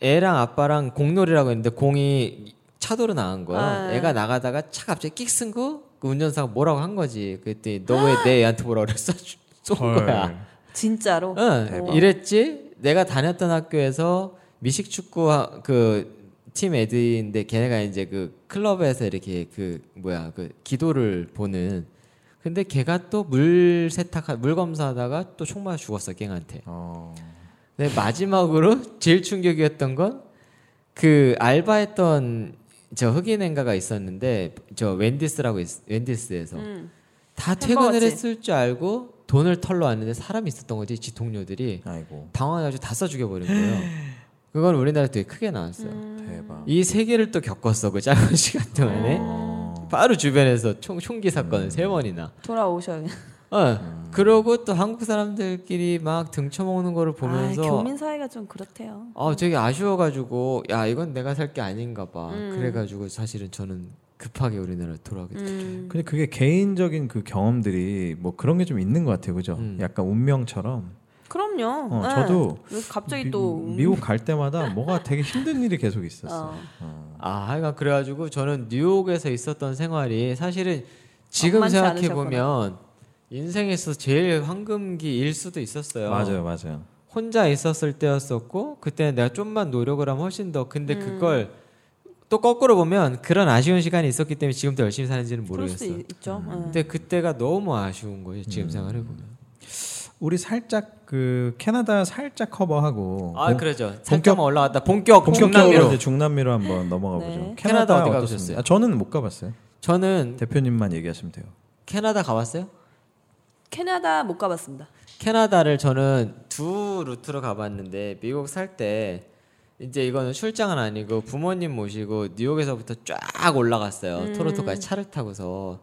애랑 아빠랑 공놀이라고 했는데 공이 차도로 나간 거야. 아. 애가 나가다가 차 갑자기 끽 쓴거 그 운전사가 뭐라고 한 거지. 그랬더니 너 왜 내 애한테 뭐라 그랬어? 쏜 거야. 헐. 진짜로? 응, 대박. 어, 이랬지. 내가 다녔던 학교에서 미식축구 그 팀 애들인데 걔네가 이제 그 클럽에서 이렇게 그 뭐야 그 기도를 보는. 근데 걔가 또 물 세탁 물 검사하다가 또 총 맞아 죽었어 갱한테. 어. 근데 마지막으로 제일 충격이었던 건 그 알바했던 저 흑인 행가가 있었는데 저 웬디스라고 있, 웬디스에서 음. 다 햄버거집. 퇴근을 했을 줄 알고 돈을 털러 왔는데 사람이 있었던 거지 지 동료들이 아이고. 당황해가지고 다 써 죽여버린 거예요. 그건 우리나라 되게 크게 나왔어요. 음. 대박. 이 네? 세 개를 또 겪었어 그 짧은 시간 동안에 어. 어. 바로 주변에서 총 총기 음. 사건을 세 번이나. 돌아오셔야. 어 그러고 또 한국 사람들끼리 막 등쳐먹는 거를 보면서 아, 아, 교민 사이가 좀 그렇대요. 되게 아쉬워가지고 야 이건 내가 살 게 아닌가 봐. 음. 그래가지고 사실은 저는 급하게 우리나라 돌아오게 됐죠. 음. 근데 그게 개인적인 그 경험들이 뭐 그런 게 좀 있는 것 같아요, 그죠? 음. 약간 운명처럼. 그럼요. 어, 네. 저도 왜 갑자기 미, 또 음, 미국 갈 때마다 뭐가 되게 힘든 일이 계속 있었어. 어. 요 아, 하여간 그래가지고 저는 뉴욕에서 있었던 생활이 사실은 지금 만만치 생각해 보면 인생에서 제일 황금기일 수도 있었어요. 맞아요, 맞아요. 혼자 있었을 때였었고 그때 내가 좀만 노력을 하면 훨씬 더 근데 그걸 또 거꾸로 보면 그런 아쉬운 시간이 있었기 때문에 지금도 열심히 사는지는 그럴 수도 모르겠어요. 음. 있- 있죠. 네. 근데 그때가 너무 아쉬운 거예요. 음. 지금 생각해 보면. 우리 살짝 그 캐나다 살짝 커버하고 아, 어, 본- 그러죠. 본격- 살짝 올라갔다. 본격 본격적으로 본격남미로. 이제 중남미로 한번 넘어가 보죠. 네. 캐나다 캐나다 어디 어떻습니까? 가보셨어요? 음. 아, 저는 못 가봤어요. 저는 대표님만 얘기하시면 돼요. 캐나다 가봤어요? 캐나다 못 가봤습니다. 캐나다를 저는 두 루트로 가봤는데 미국 살 때 이제 이거는 출장은 아니고 부모님 모시고 뉴욕에서부터 쫙 올라갔어요. 음. 토론토까지 차를 타고서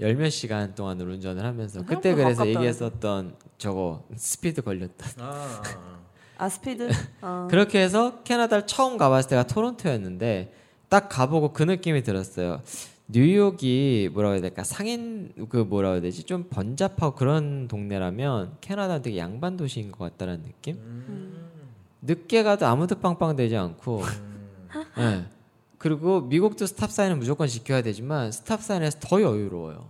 열몇 시간 동안 운전을 하면서 그때 생각보다 그래서 아, 가깝다. 얘기했었던 저거 스피드 걸렸다. 아 스피드. 아, 그렇게 해서 캐나다를 처음 가봤을 때가 토론토였는데 딱 가보고 그 느낌이 들었어요. 뉴욕이 뭐라고 해야 될까 상인 그 뭐라고 해야 되지 좀 번잡하고 그런 동네라면 캐나다는 되게 양반 도시인 것 같다는 느낌. 음. 늦게 가도 아무도 빵빵되지 않고. 예. 그리고 미국도 스탑 사인은 무조건 지켜야 되지만 스탑 사인에서 더 여유로워요.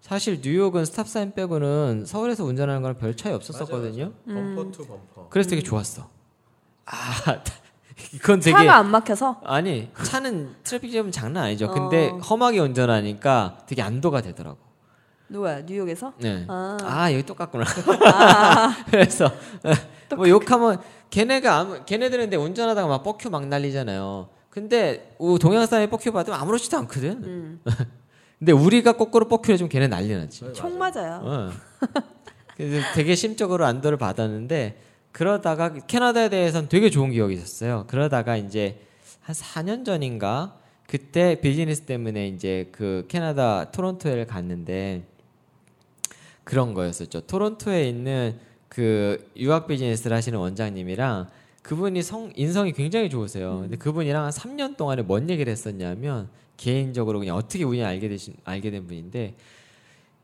사실 뉴욕은 스탑 사인 빼고는 서울에서 운전하는 거랑 별 차이 없었었거든요. 음. 범퍼 투 범퍼. 그래서 음. 되게 좋았어. 아, 이건 되게 차가 어. 안 막혀서 아니 차는 트래픽 잡으면 장난 아니죠. 근데 험하게 운전하니까 되게 안도가 되더라고. 누가 뉴욕에서? 네. 아. 아, 여기 똑같구나. 그래서 뭐 욕하면 걔네가 아무 걔네들은 근데 운전하다가 막 뻑큐 막 날리잖아요. 근데 우- 동양 사람이 뻑큐 받으면 아무렇지도 않거든. 음, 근데 우리가 거꾸로 뻑큐를 좀 걔네 난리 났지. 총 맞아요. 어. 그래서 되게 심적으로 안도를 받았는데 그러다가 캐나다에 대해서는 되게 좋은 기억이 있었어요. 그러다가 이제 한 4년 전인가 그때 비즈니스 때문에 이제 그 캐나다 토론토에 갔는데 그런 거였었죠. 토론토에 있는 그 유학 비즈니스를 하시는 원장님이랑 그분이 성 인성이 굉장히 좋으세요. 근데 그분이랑 한 3년 동안에 뭔 얘기를 했었냐면 개인적으로 그냥 어떻게 우연히 알게 되신 알게 된 분인데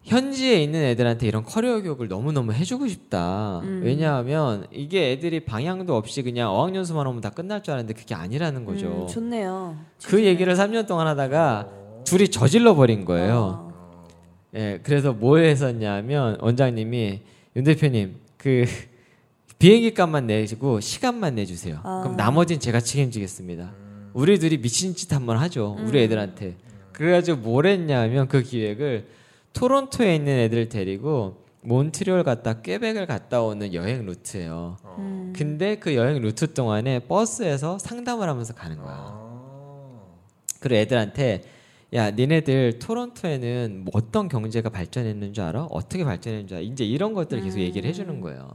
현지에 있는 애들한테 이런 커리어 교육을 너무너무 해주고 싶다. 왜냐하면 이게 애들이 방향도 없이 그냥 어학연수만 오면 다 끝날 줄 알았는데 그게 아니라는 거죠. 음, 좋네요. 그 얘기를 3년 동안 하다가 둘이 저질러 버린 거예요. 어. 예, 그래서 뭘 했었냐면 원장님이 윤 대표님 그 비행기 값만 내시고 시간만 내주세요. 아. 그럼 나머지는 제가 책임지겠습니다. 우리 둘이 미친 짓 한 번 하죠. 음. 우리 애들한테. 그래가지고 뭘 했냐면 그 기획을 토론토에 있는 애들 데리고 몬트리올 갔다 꾀백을 갔다 오는 여행 루트예요. 음. 근데 그 여행 루트 동안에 버스에서 상담을 하면서 가는 거야. 아. 그리고 애들한테 야 니네들 토론토에는 뭐 어떤 경제가 발전했는 줄 알아? 어떻게 발전했는 줄 알아? 이제 이런 것들을 계속 얘기를 음, 해주는 거예요.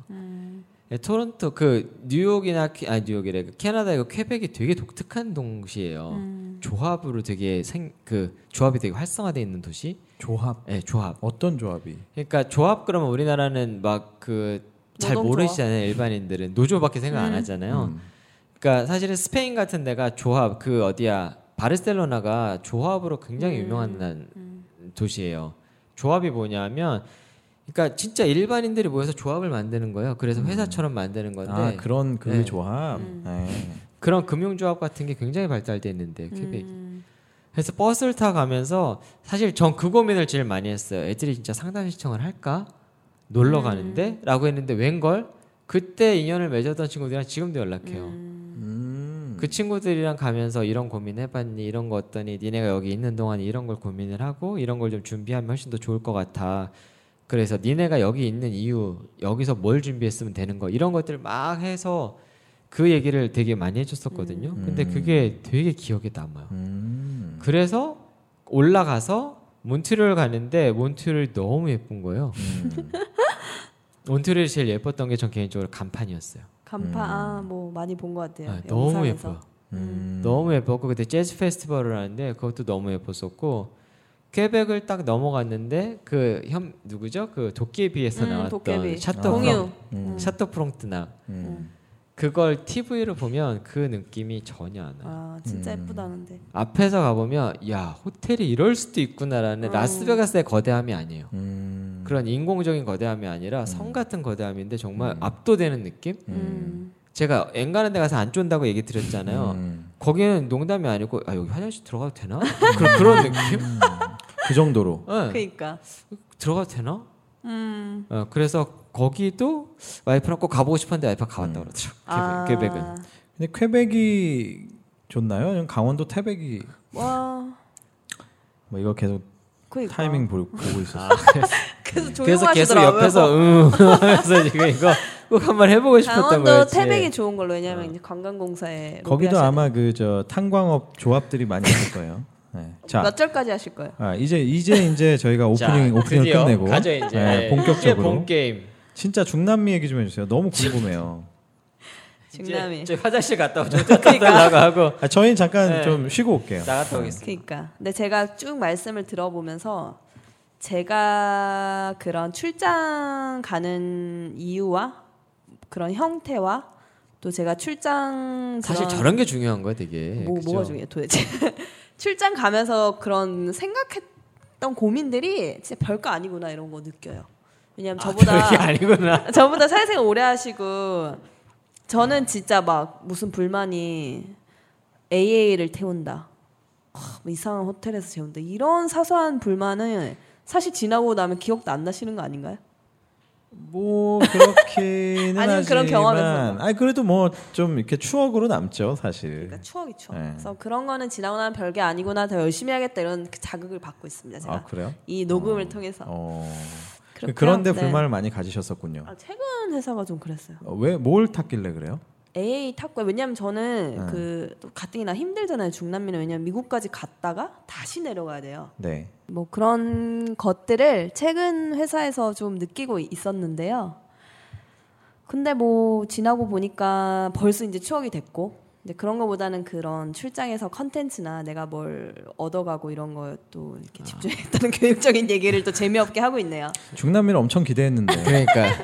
예, 토론토 그 뉴욕이나 캐- 아 뉴욕이래 그 캐나다의 그 퀘벡이 되게 독특한 도시예요. 음. 조합으로 되게 생 그 조합이 되게 활성화돼 있는 도시. 조합 예, 조합. 어떤 조합이? 그러니까 조합 그러면 우리나라는 막 그 잘 노동조합. 음, 모르시잖아요 일반인들은 노조밖에 생각 안 하잖아요. 음. 그러니까 사실은 스페인 같은 데가 조합 그 어디야 바르셀로나가 조합으로 굉장히 유명한 난- 도시예요. 조합이 뭐냐면 그러니까 진짜 일반인들이 모여서 조합을 만드는 거예요. 그래서 회사처럼 만드는 건데 아 그런 그 네. 조합. 네. 그런 금융조합 같은 게 굉장히 발달돼 있는데 음. 퀘벡이. 그래서 버스를 타 가면서 사실 전 그 고민을 제일 많이 했어요. 애들이 진짜 상담 신청을 할까? 놀러 가는데?라고 했는데 웬걸 그때 인연을 맺었던 친구들이랑 지금도 연락해요. 그 친구들이랑 가면서 이런 고민 해봤니 이런 거 어떠니 니네가 여기 있는 동안 이런 걸 고민을 하고 이런 걸 좀 준비하면 훨씬 더 좋을 것 같아. 그래서 니네가 여기 있는 이유 여기서 뭘 준비했으면 되는 거 이런 것들 막 해서 그 얘기를 되게 많이 해줬었거든요. 근데 그게 되게 기억에 남아요. 음. 그래서 올라가서 몬트리올 가는데 몬트리올 너무 예쁜 거예요. 몬트리올 제일 예뻤던 게 전 개인적으로 간판이었어요. 간파 아, 뭐 많이 본 것 같아요. 음. 아, 너무 영상에서. 예뻐요. 음. 너무 예뻤고 그때 재즈 페스티벌을 하는데 그것도 너무 예뻤었고 퀘벡을 딱 넘어갔는데 그 현 누구죠? 그 도깨비에서 음, 나왔던 도깨비. 샤또 공유. 음. 음. 프롱- 샤또 프롱트나 그걸 TV로 보면 그 느낌이 전혀 안 와요. 아 진짜 음. 예쁘다는데. 앞에서 가보면 야 호텔이 이럴 수도 있구나라는 음. 라스베가스의 거대함이 아니에요. 음. 그런 인공적인 거대함이 아니라 성 같은 거대함인데 정말 압도되는 느낌? 음. 제가 앵간한 데 가서 안 쫀다고 얘기 드렸잖아요. 거기는 농담이 아니고 아 여기 화장실 들어가도 되나? 그런, 그런 느낌? 그 정도로. 예. 그러니까. 들어가도 되나? 음. 어, 그래서 거기도 와이프랑 꼭 가보고 싶었는데 와이프가 가봤다고 아. 그러더라고요. 퀘벡- 퀘벡은. 근데 쾌백이 좋나요? 아니면 강원도 태백이 와. 뭐 이거 계속 그러니까. 타이밍 보- 보고 아, 있었어. 네. 계속 그래서 조용하시더라고요. 뭐, 계속 옆에서 음 하면서 지금 이거 꼭 한번 해보고 싶었던 강원도 거였지. 아, 어. 태백이 좋은 걸로 왜냐면 이제 관광공사에 네, 거기도 로비하시는- 아마 그 저 탄광업 조합들이 많이 있을 거예요. 네. 자, 몇 절까지 하실 거예요? 아, 이제 이제 이제 저희가 오프닝 오프닝 드디어 끝내고 가죠 이제 네, 예, 본격적으로 이제 본 게임. 진짜 중남미 얘기 좀 해주세요. 너무 궁금해요. 중남이. 이제, 이제 화장실 갔다 오죠. 그러니까. 하고 아, 저희는 잠깐 네. 좀 쉬고 올게요. 나갔다 오겠습니다. 그러니까. 근데 제가 쭉 말씀을 들어보면서 제가 그런 출장 가는 이유와 그런 형태와 또 제가 출장 사실 그런 저런 게 중요한 거야, 되게. 뭐 그죠? 뭐가 중요해 도대체 출장 가면서 그런 생각했던 고민들이 진짜 별거 아니구나 이런 거 느껴요. 왜냐면 아, 그게 저보다 아니구나. 저보다 사회생활 오래 하시고 저는 진짜 막 무슨 불만이 AA를 태운다. 하, 뭐 이상한 호텔에서 재운다. 이런 사소한 불만은 사실 지나고 나면 기억도 안 나시는 거 아닌가요? 뭐 그렇기는 아니면 그런 하지만 경험에서. 아 그래도 뭐 좀 이렇게 추억으로 남죠 사실. 그러니까 추억이 추억. 네. 그래서 그런 거는 지나고 나면 별게 아니구나. 더 열심히 해야겠다. 이런 그 자극을 받고 있습니다. 제가 아 그래요? 이 녹음을 통해서. 어. 그렇고요. 그런데 네. 불만을 많이 가지셨었군요. 아, 최근 회사가 좀 그랬어요. 왜 뭘 탔길래 그래요? AA 탔고요. 왜냐면 저는 네. 그 가뜩이나 힘들잖아요. 중남미는 왜냐면 미국까지 갔다가 다시 내려가야 돼요. 네. 뭐 그런 것들을 최근 회사에서 좀 느끼고 있었는데요. 근데 뭐 지나고 보니까 벌써 이제 추억이 됐고 이제 그런 거보다는 그런 출장에서 컨텐츠나 내가 뭘 얻어가고 이런 거에 또 이렇게 집중했다는 교육적인 얘기를 또 재미없게 하고 있네요. 중남미를 엄청 기대했는데 그러니까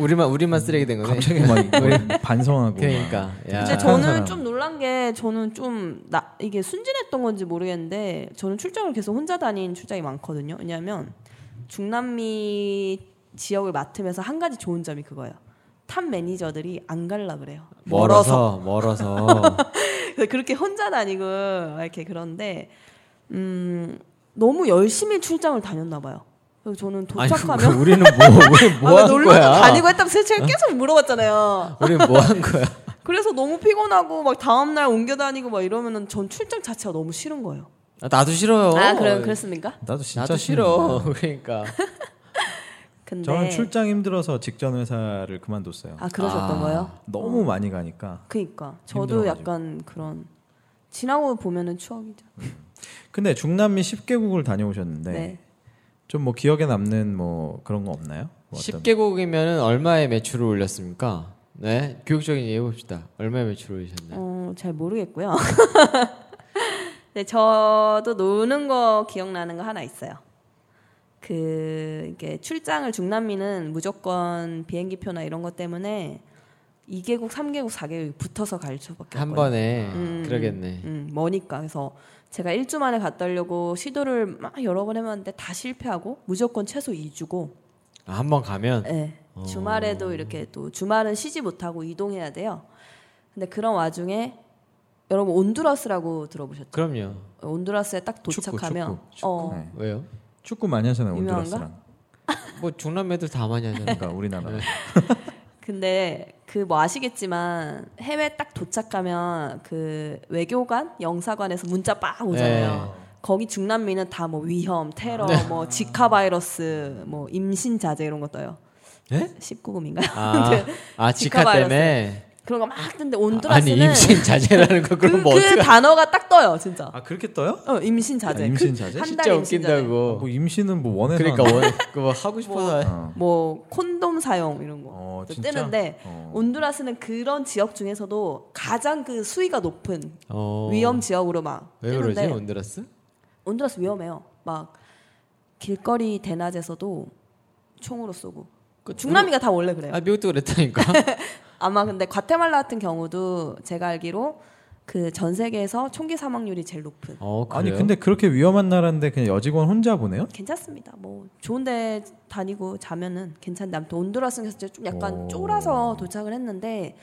우리만 우리만 쓰레기 된 거네. 갑자기 막 이걸 반성하고 그러니까. 막. 야. 근데 착한 저는 사람. 좀 놀란 게 저는 좀 나 이게 순진했던 건지 모르겠는데 저는 출장을 계속 혼자 다닌 출장이 많거든요. 왜냐하면 중남미 지역을 맡으면서 한 가지 좋은 점이 그거예요. 탑 매니저들이 안 갈라 그래요. 멀어서 멀어서. 그래서 그렇게 혼자 다니고 이렇게 그런데 음 너무 열심히 출장을 다녔나 봐요. 그래서 저는 아니, 도착하면 그 우리는 뭐 아, 왜 우리 뭐한 놀러도 거야? 어? 다니고 했다면 제가 계속 물어봤잖아요. 우리 뭐 한 거야? 그래서 너무 피곤하고 막 다음 날 옮겨 다니고 막 이러면은 전 출장 자체가 너무 싫은 거예요. 아, 나도 싫어요. 그렇습니까? 나도 진짜 나도 싫어. 싫어. 그러니까. 근데 저는 출장 힘들어서 직전 회사를 그만뒀어요. 아 그러셨던 아. 거예요? 너무 많이 가니까. 그니까 힘들어가지고. 저도 약간 그런 지나고 보면은 추억이죠. 근데 중남미 10개국을 다녀오셨는데 네. 좀 뭐 기억에 남는 뭐 그런 거 없나요? 뭐 어떤- 10개국이면은 얼마의 매출을 올렸습니까? 네, 교육적인 얘기 해봅시다. 얼마의 매출을 네. 올리셨나요? 어, 잘 모르겠고요. 네, 저도 노는 거 기억나는 거 하나 있어요. 그 이게 출장을 중남미는 무조건 비행기 표나 이런 것 때문에 2개국, 3개국, 4개국 붙어서 갈 수밖에 한 없거든요. 번에 아, 음. 그러겠네. 음, 머니까 그래서 제가 1주 만에 갔다 오려고 시도를 막 여러 번 해봤는데 다 실패하고 무조건 최소 2주고 아, 한 번 가면 예, 어. 주말에도 이렇게 또 주말은 쉬지 못하고 이동해야 돼요. 근데 그런 와중에 여러분 온두라스라고 들어보셨죠? 그럼요. 온두라스에 딱 축구, 도착하면 축구, 축구. 어, 네. 왜요? 축구 많이 하잖아요 유명한가? 온두라스랑. 뭐 중남 애들 다 많이 하잖아요. 그러니까 우리나라. 네. 근데 그 뭐 아시겠지만 해외 딱 도착하면 그 외교관, 영사관에서 문자 빡 오잖아요. 네. 거기 중남미는 다 뭐 위험, 테러, 뭐 지카 바이러스, 뭐 임신 자제 이런 거 떠요. 예? 19금인가요? 아, 아 지카 지카 때문에 그런 거 막 뜨는데 아니 네. 온두라스는 임신 자제라는 거 그, 그럼 뭐 그 어떻게 단어가 딱 떠요, 진짜. 아 그렇게 떠요? 어, 임신 자제. 아, 임신 자제? 한 달 진짜 임신 자제. 뭐 웃긴다고. 임신은 뭐 원해서. 그러니까 하는 원, 그거 하고 싶어서 거야? 어. 뭐 콘돔 사용 이런 거 어, 또 진짜? 뭐 뜨는데 어. 온두라스는 그런 지역 중에서도 가장 그 수위가 높은 어. 위험 지역으로 막 왜 그러지 뜨는데 온드라스? 온두라스 위험해요. 막 길거리 대낮에서도 총으로 쏘고. 그그 중남미가 다 원래 그래요. 아 미국도 그랬다니까. 아마 근데 과테말라 같은 경우도 제가 알기로 그 전 세계에서 총기 사망률이 제일 높은. 어 그래요? 아니 근데 그렇게 위험한 나라인데 그냥 여직원 혼자 보내요? 괜찮습니다. 뭐 좋은데 다니고 자면은 괜찮다. 아무튼 온두라스에서 이제 좀 약간 오. 쫄아서 도착을 했는데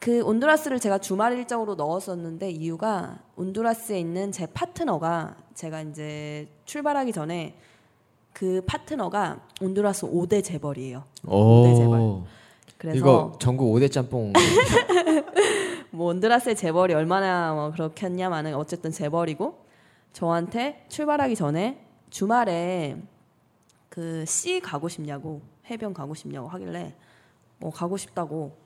그 온두라스를 제가 주말 일정으로 넣었었는데 이유가 온두라스에 있는 제 파트너가 제가 이제 출발하기 전에 그 파트너가 온두라스 5대 재벌이에요. 어. 네, 오. 제발. 그래서 네. 이거 전국 5대 짬뽕. 뭐 온드라스의 재벌이 얼마나 뭐 그렇겠냐마는 어쨌든 재벌이고 저한테 출발하기 전에 주말에 그 C 가고 싶냐고 해변 가고 싶냐고 하길래 뭐 가고 싶다고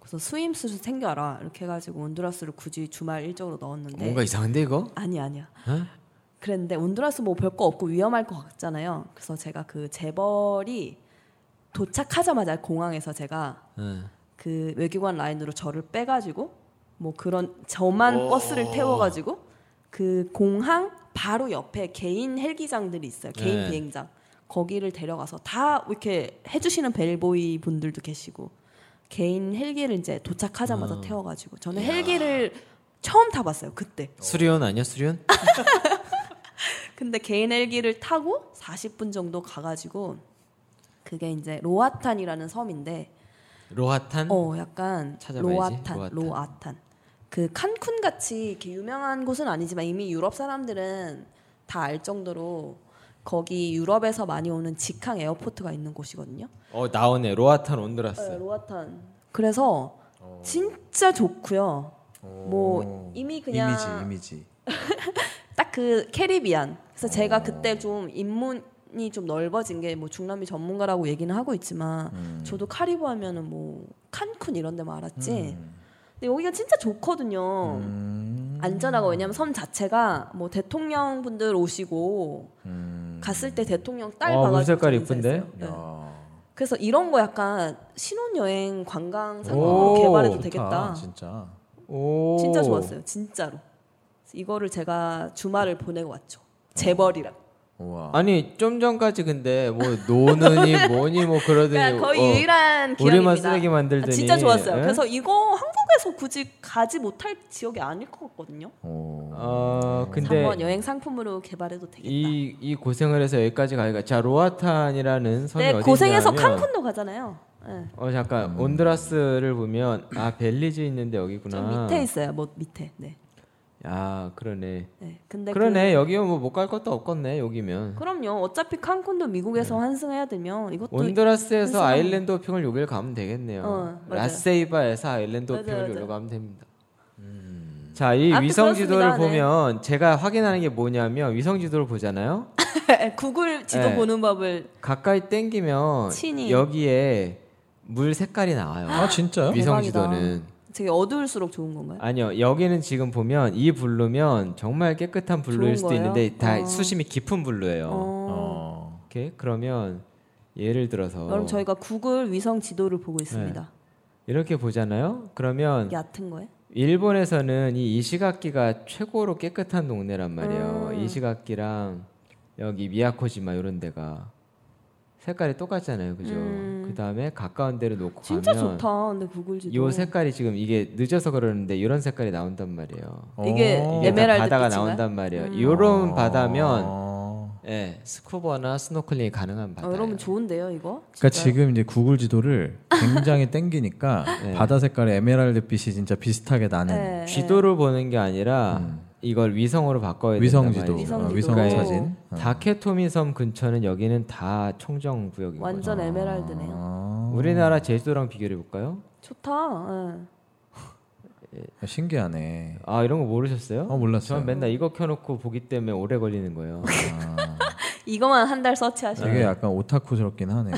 그래서 스임스를 챙겨라 이렇게 해가지고 온드라스를 굳이 주말 일정으로 넣었는데 뭔가 이상한데 이거? 아니 아니야 어? 그랬는데 온두라스 뭐 별거 없고 위험할 것 같잖아요. 그래서 제가 그 재벌이 도착하자마자 공항에서 제가 예. 그 외교관 라인으로 저를 빼가지고 뭐 그런 저만 오. 버스를 태워가지고 그 공항 바로 옆에 개인 헬기장들이 있어요. 개인 네. 비행장 거기를 데려가서 다 이렇게 해주시는 벨보이 분들도 계시고 개인 헬기를 이제 도착하자마자 음. 태워가지고 저는 헬기를 처음 타봤어요 그때. 수리온 아니야 수리온? 근데 개인 헬기를 타고 40분 정도 가가지고 그게 이제 로아탄이라는 섬인데 로하탄? 어 약간 찾아봐야지. 로아탄, 로아탄. 로아탄. 그 칸쿤 같이 이렇게 유명한 곳은 아니지만 이미 유럽 사람들은 다 알 정도로 거기 유럽에서 많이 오는 직항 에어포트가 있는 곳이거든요. 어, 나오네 로하탄 네, 온드라스. 로아탄. 그래서 어. 진짜 좋고요. 뭐 이미 그냥 이미지 이미지 딱 그 캐리비안. 그래서 제가 어. 그때 좀 입문이 좀 넓어진 게 뭐 중남미 전문가라고 얘기는 하고 있지만 저도 카리브 하면은 뭐 칸쿤 이런 데만 알았지. 근데 여기가 진짜 좋거든요. 음. 안전하고 왜냐면 섬 자체가 뭐 대통령 분들 오시고 음. 갔을 때 대통령 딸 어, 물 봐가지고 색깔이 저도 이쁜데? 인사했어요. 네. 야. 그래서 이런 거 약간 신혼여행 관광상으로 오, 개발해도 좋다, 아, 되겠다. 진짜. 오. 진짜 좋았어요. 진짜로. 그래서 이거를 제가 주말을 보내고 왔죠. 재벌이랑. 우와. 아니 좀 전까지 근데 뭐 노느니 뭐니 뭐 그러더니 그냥 그러니까 거의 어, 유일한 기억입니다. 우리만 쓰레기 만들더니 아, 진짜 좋았어요. 예? 그래서 이거 한국에서 굳이 가지 못할 지역이 아닐 것 같거든요. 오. 어 근데 한번 여행 상품으로 개발해도 되겠다. 이 이 고생을 해서 여기까지 가니까 자 로아탄이라는 섬이 네, 어디냐면 고생해서 칸쿤도 가잖아요. 네. 어 잠깐 온드라스를 보면 아 벨리즈 있는데 여기구나. 좀 밑에 있어요. 뭐 밑에. 네. 아 그러네. 네. 근데 그러네 여기면 뭐 못 갈 것도 없겠네 여기면. 그, 럼요 어차피 네. 칸쿤도 미국에서 환승해야 되면 이것도 온드라스에서 그래서- 아일랜드 호핑을 요길 가면 되겠네요. 어, 맞아요. 라세이바에서 아일랜드 맞아요, 호핑을 맞아요. 요로 가면 됩니다. 자, 이 아무튼 위성 지도를 그렇습니다. 네. 보면 제가 확인하는 게 뭐냐면 위성 지도를 보잖아요. 구글 지도 네. 보는 법을 가까이 땡기면 친이. 여기에 물 색깔이 나와요. 아 진짜요? 위성 대박이다. 지도는 되게 어두울수록 좋은 건가요? 아니요. 여기는 지금 보면 이 블루면 정말 깨끗한 블루일 좋은 수도 거예요? 있는데 다 어. 수심이 깊은 블루예요. 어. 어. 이렇게 그러면 예를 들어서 그럼 저희가 구글 위성 지도를 보고 있습니다. 이렇게 보잖아요. 그러면 얕은 거에? 일본에서는 이 이시가키가 최고로 깨끗한 동네란 말이에요. 음. 이시가키랑 여기 미야코지마 이런 데가 색깔이 똑같잖아요, 그죠? 음. 그 다음에 가까운 데를 놓고 진짜 가면 좋다. 근데 구글 지도. 이 색깔이 지금 이게 늦어서 그러는데 이런 색깔이 나온단 말이에요. 이게 어. 이게 다 에메랄드 바다가 빛인가요? 나온단 말이에요. 음. 이런 바다면 어. 예, 스쿠버나 스노클링이 가능한 어, 바다예요. 여러분 좋은데요, 이거? 그러니까 진짜? 지금 이제 구글 지도를 굉장히 땡기니까 네. 바다 색깔이 에메랄드 빛이 진짜 비슷하게 나는 네, 지도를 보는 게 아니라 음. 이걸 위성으로 바꿔야 위성 된단 지도, 말이죠. 위성 어, 지도. 위성 그러니까 사진. 네. 어. 다케토미 섬 근처는 여기는 다 총정 구역인 거죠. 완전 에메랄드네요. 아, 우리나라 제주도랑 비교해 볼까요? 좋다. 예. 어, 신기하네. 아 이런 거 모르셨어요? 어, 몰랐어요. 전 맨날 이거 켜놓고 보기 때문에 오래 걸리는 거예요. 이거만 한 달 서치하시면 되게 약간 오타쿠스럽긴 하네요.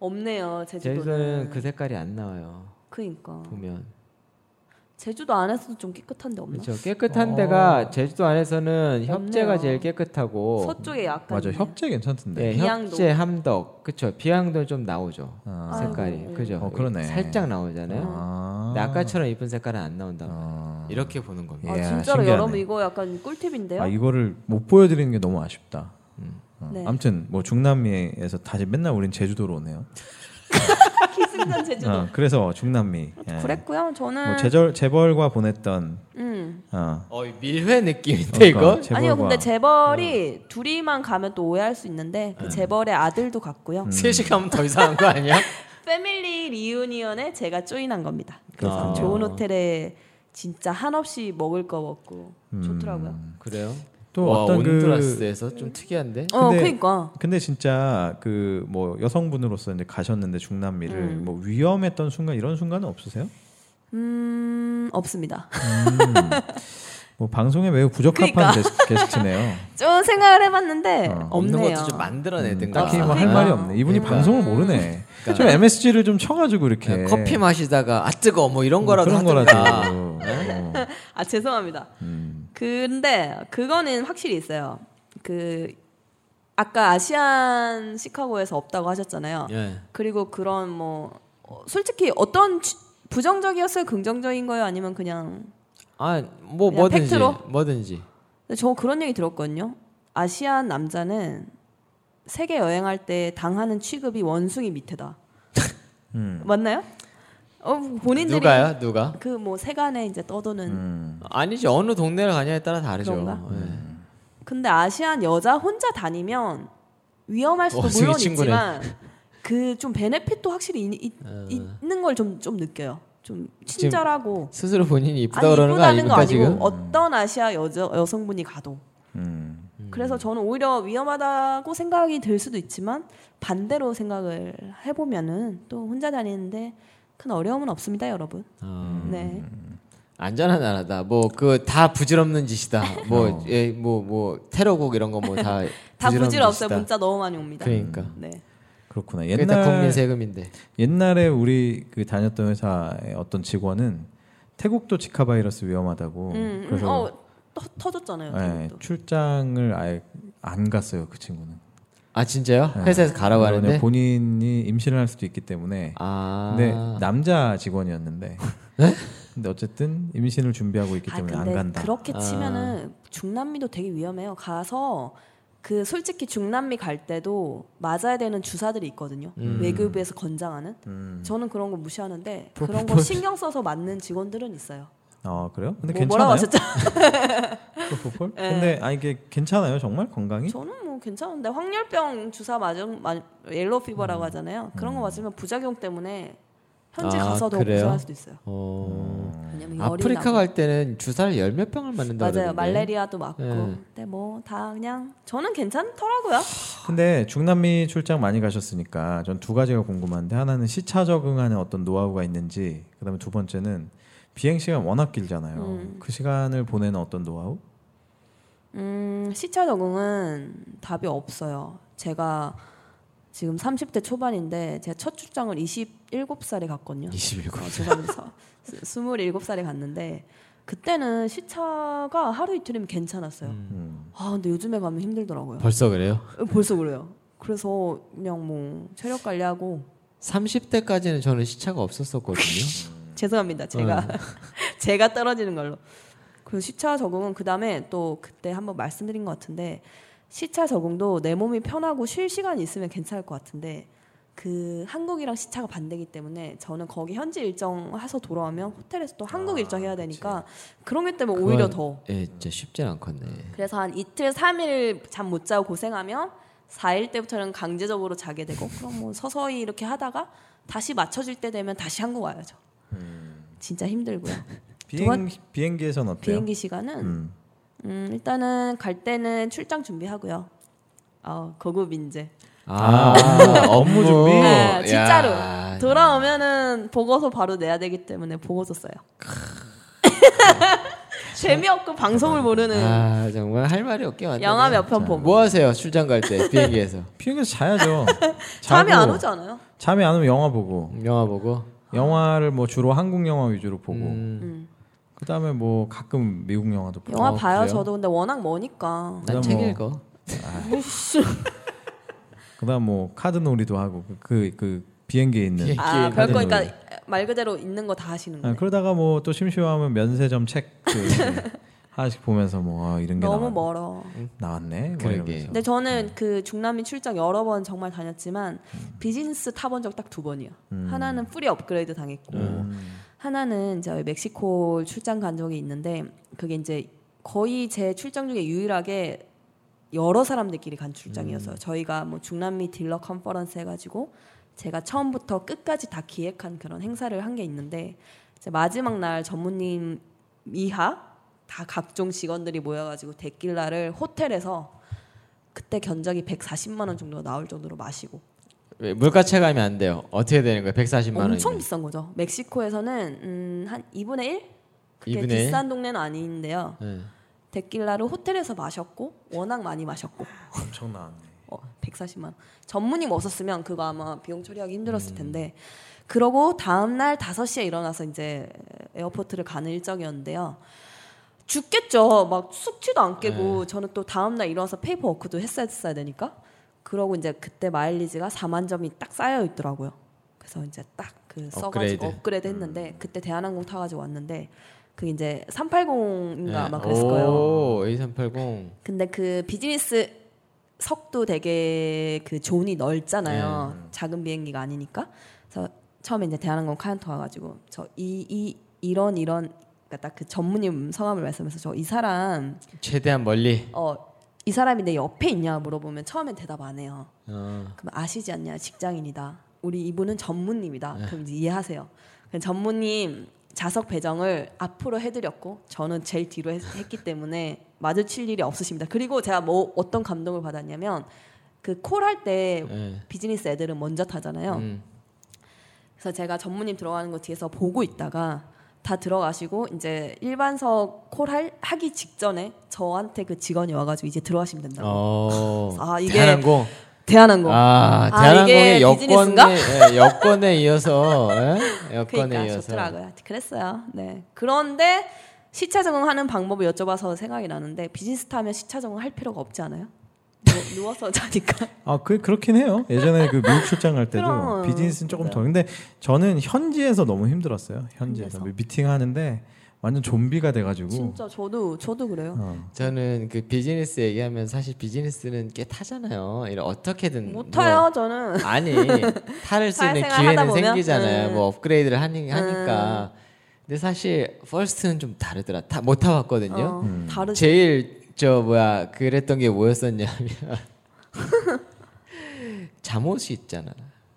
없네요, 제주도는 제주도는. 어. 그 색깔이 안 나와요. 그니까. 보면 제주도 안에서도 좀 깨끗한데 없나? 그렇죠. 깨끗한 어. 데가 제주도 안에서는 없네요. 협재가 제일 깨끗하고 뭐, 서쪽에 약간 음, 맞아, 있네요. 협재 괜찮던데. 예, 비양도. 협재 함덕 그렇죠. 비양도 좀 나오죠. 어, 아. 색깔이 아이고. 예. 그죠. 어, 그러네. 살짝 나오잖아요. 아. 근데 아까처럼 이쁜 색깔은 안 나온다. 아. 이렇게 보는 겁니다. 아, 이야, 진짜로 신기하네. 여러분 이거 약간 꿀팁인데요. 아 이거를 못 보여드리는 게 너무 아쉽다. 어, 네. 아무튼 뭐 중남미에서 다시 맨날 우린 제주도로 오네요. 키스는 제주도. 아, 어, 그래서 중남미. 예. 그랬고요. 저는 뭐 제절 재벌과 보냈던 음. 어, 어, 밀회 느낌인데 그러니까 이거? 재벌과- 어. 아니요, 근데 재벌이 둘이만 가면 또 오해할 수 있는데 음. 그 재벌의 아들도 갔고요. 셋시 음. 간더 이상한 거 아니야? 패밀리 리유니언에 제가 조인한 겁니다. 그래서 아. 좋은 호텔에 진짜 한없이 먹을 거 먹고 음. 좋더라고요. 그래요? 음. 또 와, 어떤 그- 온드라스에서 좀 특이한데? 어, 근데- 그러니까 근데 진짜 그 뭐 여성분으로서 이제 가셨는데 중남미를 뭐 위험했던 순간 이런 순간은 없으세요? 음 없습니다. 뭐 방송에 매우 부적합한 그러니까. 게스- 게스트네요. 좀 생각을 해봤는데 어, 없네요. 없는 것도 좀 만들어내든가. 딱히 뭐 아, 할 그러니까. 말이 없네. 이분이 방송을 모르네. 좀 MSG를 좀 쳐가지고 이렇게 어, 그냥 그러니까. 네, 커피 마시다가 네? 아 뜨거 뭐 이런 거라도 그런 하든가. 거라도. 어. 음, 아 죄송합니다. 근데 그거는 확실히 있어요. 그 아까 아시안 시카고에서 없다고 하셨잖아요. 예. 그리고 그런 뭐 어, 솔직히 어떤 취- 부정적이었어요? 긍정적인 거예요? 아니면 그냥 아뭐 그냥 뭐든지 팩트로? 뭐든지 근데 저 그런 얘기 들었거든요. 아시안 남자는 세계 여행할 때 당하는 취급이 원숭이 밑에다. 맞나요? 어, 음. 본인들이 누가요? 음. 누가? 그 뭐 세간에 이제 음, 떠도는 아니지 어느 동네를 가냐에 따라 다르죠. 그런가? 예. 근데 아시안 여자 혼자 다니면 위험할 수도 원숭이 물론 친구네. 있지만 그 좀 베네핏도 확실히 이- 이- 어. 있는 걸 좀 좀 느껴요. 좀 친절하고 스스로 본인이 이쁘다 아니, 그러는 거 이쁘다는 거 아닙니까 아니고 지금? 어떤 아시아 여자 여성분이 가도 음. 그래서 저는 오히려 위험하다고 생각이 들 수도 있지만 반대로 생각을 해보면은 또 혼자 다니는데 큰 어려움은 없습니다, 여러분. 어, 음. 네. 안전한 나라다. 뭐 그 다 부질없는 짓이다. 뭐예뭐 뭐 테러국 이런 거 뭐 다 다 부질없어요. 짓이다. 문자 너무 많이 옵니다. 그러니까 네. 그렇구나. 그게 다 국민 옛날 세금인데. 옛날에 우리 그 다녔던 회사의 어떤 직원은 태국도 지카 바이러스 위험하다고 음, 음, 그래서 어, 터, 터졌잖아요. 예, 태국도. 출장을 아예 안 갔어요 그 친구는. 아 진짜요? 회사에서 가라고 왜냐면 하는데. 본인이 임신을 할 수도 있기 때문에. 아. 네? 근데 남자 직원이었는데. 근데 어쨌든 임신을 준비하고 있기 때문에 안 간다. 아, 그렇게 아. 치면은 중남미도 되게 위험해요. 가서 그 솔직히 중남미 갈 때도 맞아야 되는 주사들이 있거든요. 음. 외교부에서 건장하는. 음. 저는 그런 거 무시하는데 그런 거 신경 써서 맞는 직원들은 있어요. 어 그래요? 근데 뭐 뭐라고 괜찮아요. 하셨죠? 네. 프로포폴? 근데 아 이게 괜찮아요 정말 건강이? 저는 뭐 괜찮은데 황열병 주사 맞은 맞- 옐로우 피버라고 하잖아요. 그런 거 맞으면 부작용 때문에 현지 음. 아, 가서 더 그래요? 고생할 수도 있어요. 어. 왜냐면 아프리카 열이 나고. 갈 때는 주사를 열몇 병을 맞는다 맞아요. 그러던데. 말레리아도 맞고. 예. 근데 뭐 다 그냥 저는 괜찮더라고요. 근데 중남미 출장 많이 가셨으니까 전 두 가지가 궁금한데 하나는 시차 적응하는 어떤 노하우가 있는지 그다음에 두 번째는 비행 시간 워낙 길잖아요. 그 시간을 보내는 어떤 노하우? 음, 시차 적응은 답이 없어요. 제가 지금 30대 초반인데 제가 첫 출장을 27살에 갔거든요. 27. 어, 죄송합니다. 서- 스- 27살에 갔는데 그때는 시차가 하루 이틀이면 괜찮았어요. 아 근데 요즘에 가면 힘들더라고요. 벌써 그래요? 어, 벌써 그래요. 그래서 그냥 뭐 체력 관리하고 30대까지는 저는 시차가 없었었거든요. 죄송합니다. 제가 제가 떨어지는 걸로. 그리고 시차 적응은 그 다음에 또 그때 한번 말씀드린 것 같은데 시차 적응도 내 몸이 편하고 쉴 시간이 있으면 괜찮을 것 같은데 그 한국이랑 시차가 반대기 때문에 저는 거기 현지 일정 해서 돌아오면 호텔에서 또 한국 일정 해야 되니까 그런 게 때문에 오히려 더 예, 진짜 쉽진 않겠네. 그래서 한 이틀 삼일 잠 못 자고 고생하면 4일 때부터는 강제적으로 자게 되고 그럼 뭐 서서히 이렇게 하다가 다시 맞춰질 때 되면 다시 한국 와야죠. 진짜 힘들고요. 비행 비행기에선 어때요? 비행기 시간은 음. 음, 일단은 갈 때는 출장 준비하고요. 아 고급 인재. 아, 업무 준비. 네, 진짜로 야. 돌아오면은 보고서 바로 내야 되기 때문에 보고서 써요. 재미없고 방송을 모르는 아, 정말 할 말이 없게 왔네. 음. 영화 몇 편 보고 뭐 하세요? 출장 갈 때 비행기에서 비행기에서 자야죠. 잠이 안 자고, 어, 오지 않아요? 잠이 안 오면 영화 보고 영화 보고 영화를 뭐 주로 한국 영화 위주로 보고 음, 음. 그다음에 뭐 가끔 미국 영화도 보고 영화 어, 봐요 그래요? 저도 근데 워낙 머니까 그다음 난책 뭐- 읽어. 그다음 뭐 카드 놀이도 하고 그그 그 비행기에 있는 비행기. 아 그럴 하는 거니까 거예요. 말 그대로 있는 거 다 하시는 아, 거예요 그러다가 뭐 또 심심하면 면세점 책 그, 하나씩 보면서 뭐 아, 이런 게 너무 나왔, 멀어 나왔네 뭐 그러게. 이러면서 근데 저는 그 중남미 출장 여러 번 정말 다녔지만 비즈니스 타본 적 딱 두 번이요 하나는 뿌리 업그레이드 당했고 하나는 이제 멕시코 출장 간 적이 있는데 그게 이제 거의 제 출장 중에 유일하게 여러 사람들끼리 간 출장이었어요 저희가 뭐 중남미 딜러 컨퍼런스 해가지고 제가 처음부터 끝까지 다 기획한 그런 행사를 한 게 있는데 이제 마지막 날 전무님 이하 다 각종 직원들이 모여가지고 데킬라를 호텔에서 그때 견적이 140만 원 정도 나올 정도로 마시고 왜, 물가 체감이 안 돼요. 어떻게 되는 거예요? 140만 원. 엄청 비싼 거죠. 멕시코에서는 음, 한 2분의 1? 그게 2분의 1? 비싼 동네는 아닌데요. 네. 데킬라를 호텔에서 마셨고 워낙 많이 마셨고 엄청 나왔네 어, 140만 원. 전문님 없었으면 그거 아마 비용 처리하기 음. 힘들었을 텐데. 그러고 다음 날 5시에 일어나서 이제 에어포트를 가는 일정이었는데요. 죽겠죠. 막 숙취도 안 네. 깨고 저는 또 다음 날 일어나서 페이퍼 워크도 했었어야 되니까 그러고 이제 그때 마일리지가 4만 점이 딱 쌓여 있더라고요. 그래서 이제 딱 그 업그레이드. 음. 써가지고 업그레이드 했는데 그때 대한항공 타가지고 왔는데 그게 이제 380인가 아마 예. 그랬을 거예요. 오, A380. 근데 그 비즈니스 석도 되게 그 존이 넓잖아요. 작은 비행기가 아니니까. 그래서 처음에 이제 대한항공 카운터 와가지고 저 이 이 이, 런 이런 그러니까 딱 그 전무님 성함을 말씀해서 저 이 사람 최대한 멀리. 어 이 사람이 내 옆에 있냐 물어보면 처음엔 대답 안 해요. 어. 그럼 아시지 않냐 직장인이다. 우리 이분은 전무님이다. 그럼 이제 이해하세요. 그럼 전무님 좌석 배정을 앞으로 해드렸고 저는 제일 뒤로 했, 기 때문에 마주칠 일이 없으십니다. 그리고 제가 뭐 어떤 감동을 받았냐면 그 콜 할 때 예. 비즈니스 애들은 먼저 타잖아요. 음. 그래서 제가 전무님 들어가는 거 뒤에서 보고 있다가 다 들어가시고 이제 일반석 콜 할, 하기 직전에 저한테 그 직원이 와가지고 이제 들어가시면 된다고. 어. 아, 이게 대한항공. 대한항공. 아, 아, 대한항공의 이게 비즈니스인가? 여권에 예, 여권에 이어서 예? 여권에 그러니까 이어서 좋더라고요. 그랬어요. 네. 그런데 시차 적응하는 방법을 여쭤봐서 생각이 나는데 비즈니스 타면 시차 적응할 필요가 없지 않아요? 누- 누워서 자니까. 아, 그 그렇긴 해요. 예전에 그 미국 출장 갈 때도 그럼. 네. 비즈니스는 조금 더. 근데 저는 현지에서 너무 힘들었어요. 현지에서 미팅 하는데 완전 좀비가 돼가지고. 진짜 저도 저도 그래요. 어. 저는 그 비즈니스 얘기하면 사실 비즈니스는 꽤 타잖아요. 이런 어떻게든 못 뭐- 타요 저는. 아니 탈을 수 있는 사회생활 하다 기회는 보면? 생기잖아요. 음. 뭐 업그레이드를 하니, 하니까. 근데 사실 퍼스트는 좀 다르더라. 타, 못 타봤거든요. 음. 어, 다르죠. 제일 저 뭐야 그랬던 게 뭐였었냐면 잠옷이 있잖아.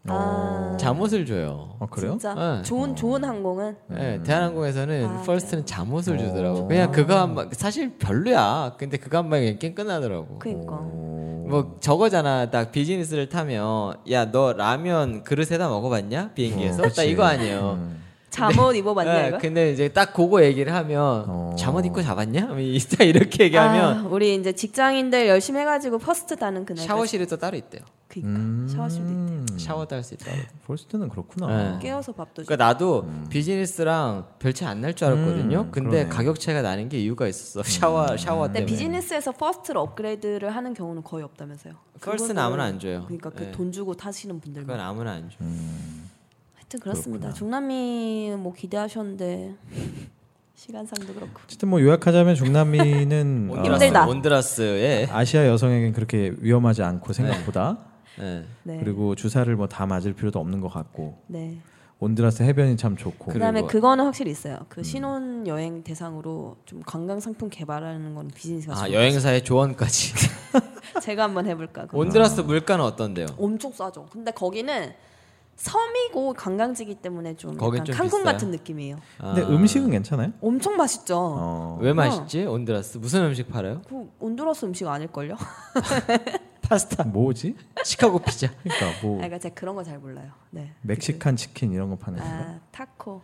아, 어, 잠옷을 줘요. 아, 그래요? 진짜 네. 좋은 좋은 항공은 예, 대한항공에서는 아, 퍼스트는 잠옷을 어. 주더라고. 그냥 그거 한 번 사실 별로야. 근데 그거 한 방에 게임 끝나더라고. 그니까. 오. 뭐 저거잖아. 딱 비즈니스를 타면 야 너 라면 그릇에다 먹어봤냐 비행기에서? 어, 딱 그치. 이거 아니에요. 음. 잠옷 예, 입어봤냐 뭐 이거? 근데 이제 딱 그거 얘기를 하면 어. 잠옷 입고 잡았냐? 뭐 이- 딱 이렇게 얘기하면 아, 우리 이제 직장인들 열심히 해가지고 퍼스트 따는 그날. 샤워실이 음. 또 따로 있대요. 그니까 샤워실도 있대. 샤워도 할 수 있다고. 볼스트는 음. 그렇구나. 네. 깨워서 밥도 줘. 그러니까 나도 비즈니스랑 별 차이 안 날 줄 알았거든요. 음, 근데 그러네. 음. 가격 차이가 나는 게 이유가 있었어. 샤워 샤워 근데 때문에. 비즈니스에서 퍼스트를 업그레이드를 하는 경우는 거의 없다면서요? 퍼스트는 그거는 아무나 안 줘요. 그러니까 그 예. 그러니까. 돈 주고 타시는 분들만. 그건 아무나 안 줘. 음. 하여튼 그렇습니다. 중남미 뭐 기대하셨는데 시간상도 그렇고. 어쨌든 뭐 요약하자면 중남미는 어, 힘들다. 온드라스, 온드라스에 아시아 여성에겐 그렇게 위험하지 네. 않고 생각보다 예. 네. 그리고 주사를 뭐 다 맞을 필요도 없는 것 같고 네. 온드라스 해변이 참 좋고 그다음에 그리고- 음. 그거는 확실히 있어요. 그 신혼 여행 대상으로 좀 관광 상품 개발하는 건 비즈니스가 아 좋아요. 여행사의 조언까지. 제가 한번 해볼까. 그거. 온드라스 물가는 어떤데요? 엄청 싸죠. 근데 거기는 섬이고 관광지기 때문에 좀 거긴 약간 좀 칸쿤 비싸요? 같은 느낌이에요. 근데 아. 음식은 괜찮아요? 엄청 맛있죠. 어. 왜 맛있지? 온드라스 무슨 음식 팔아요? 그 온두라스 음식 아닐걸요? 파스타, 뭐지? 시카고 피자. 그러니까 아, 뭐 그러니까 제가 그런 거 잘 몰라요. 네. 멕시칸 치킨 이런 거 네. 파는 거. 아 타코.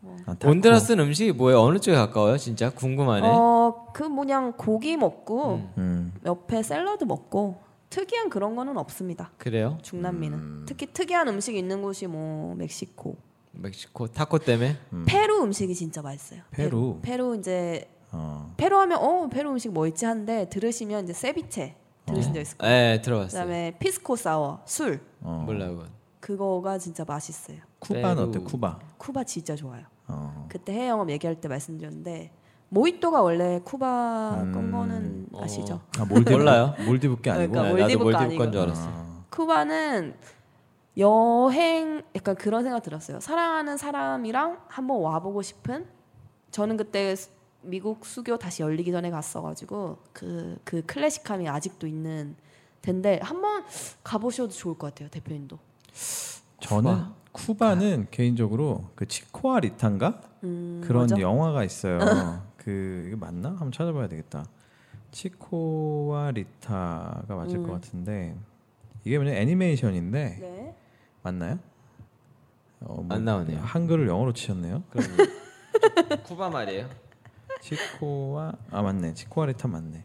뭐. 아, 타코. 온드라스는 음식이 뭐예요? 어느 쪽에 가까워요? 진짜 아, 궁금하네. 어그 뭐냥 고기 먹고 음. 옆에 샐러드 먹고 특이한 그런 거는 없습니다. 그래요? 중남미는 특히 특이한 음식 있는 곳이 뭐 멕시코, 멕시코 타코 때문에 페루 음식이 진짜 맛있어요. 페루. 페루 이제 어. 페루 하면 어 페루 음식 뭐 있지 한데 들으시면 이제 세비체 들으신 적 있을 거예요. 네 들어봤어요. 그다음에 피스코 사워 술 어. 몰라요. 그거가 진짜 맛있어요. 쿠바는 어때? 페루. 쿠바. 쿠바 진짜 좋아요. 어. 그때 해외 영업 얘기할 때 말씀드렸는데 모히또가 원래 쿠바 건 거는 어. 아시죠? 아, 몰디브. 몰라요? 몰디브 게 아니고. 그러니까 네, 나도 몰디브 거 몰디브 건 아니고. 줄 알았어. 쿠바는 여행 약간 그런 생각 들었어요. 사랑하는 사람이랑 한번 와보고 싶은. 저는 그때 수- 미국 수교 다시 열리기 전에 갔어가지고 그 그 클래식함이 아직도 있는 텐데 한번 가보셔도 좋을 것 같아요 대표님도. 저는 쿠바? 는 개인적으로 그 치코아리탄가 음, 그런 뭐죠? 영화가 있어요. 그 이거 맞나? 한번 찾아봐야 되겠다. 치코아리타가 맞을 것 같은데 이게 뭐냐 애니메이션인데 음. 네. 맞나요? 어, 뭐 안 나오네요. 그렇죠. 한글을 영어로 치셨네요. 그럼 쿠바 말이에요? 치코와 아 맞네. 치코아리타 맞네.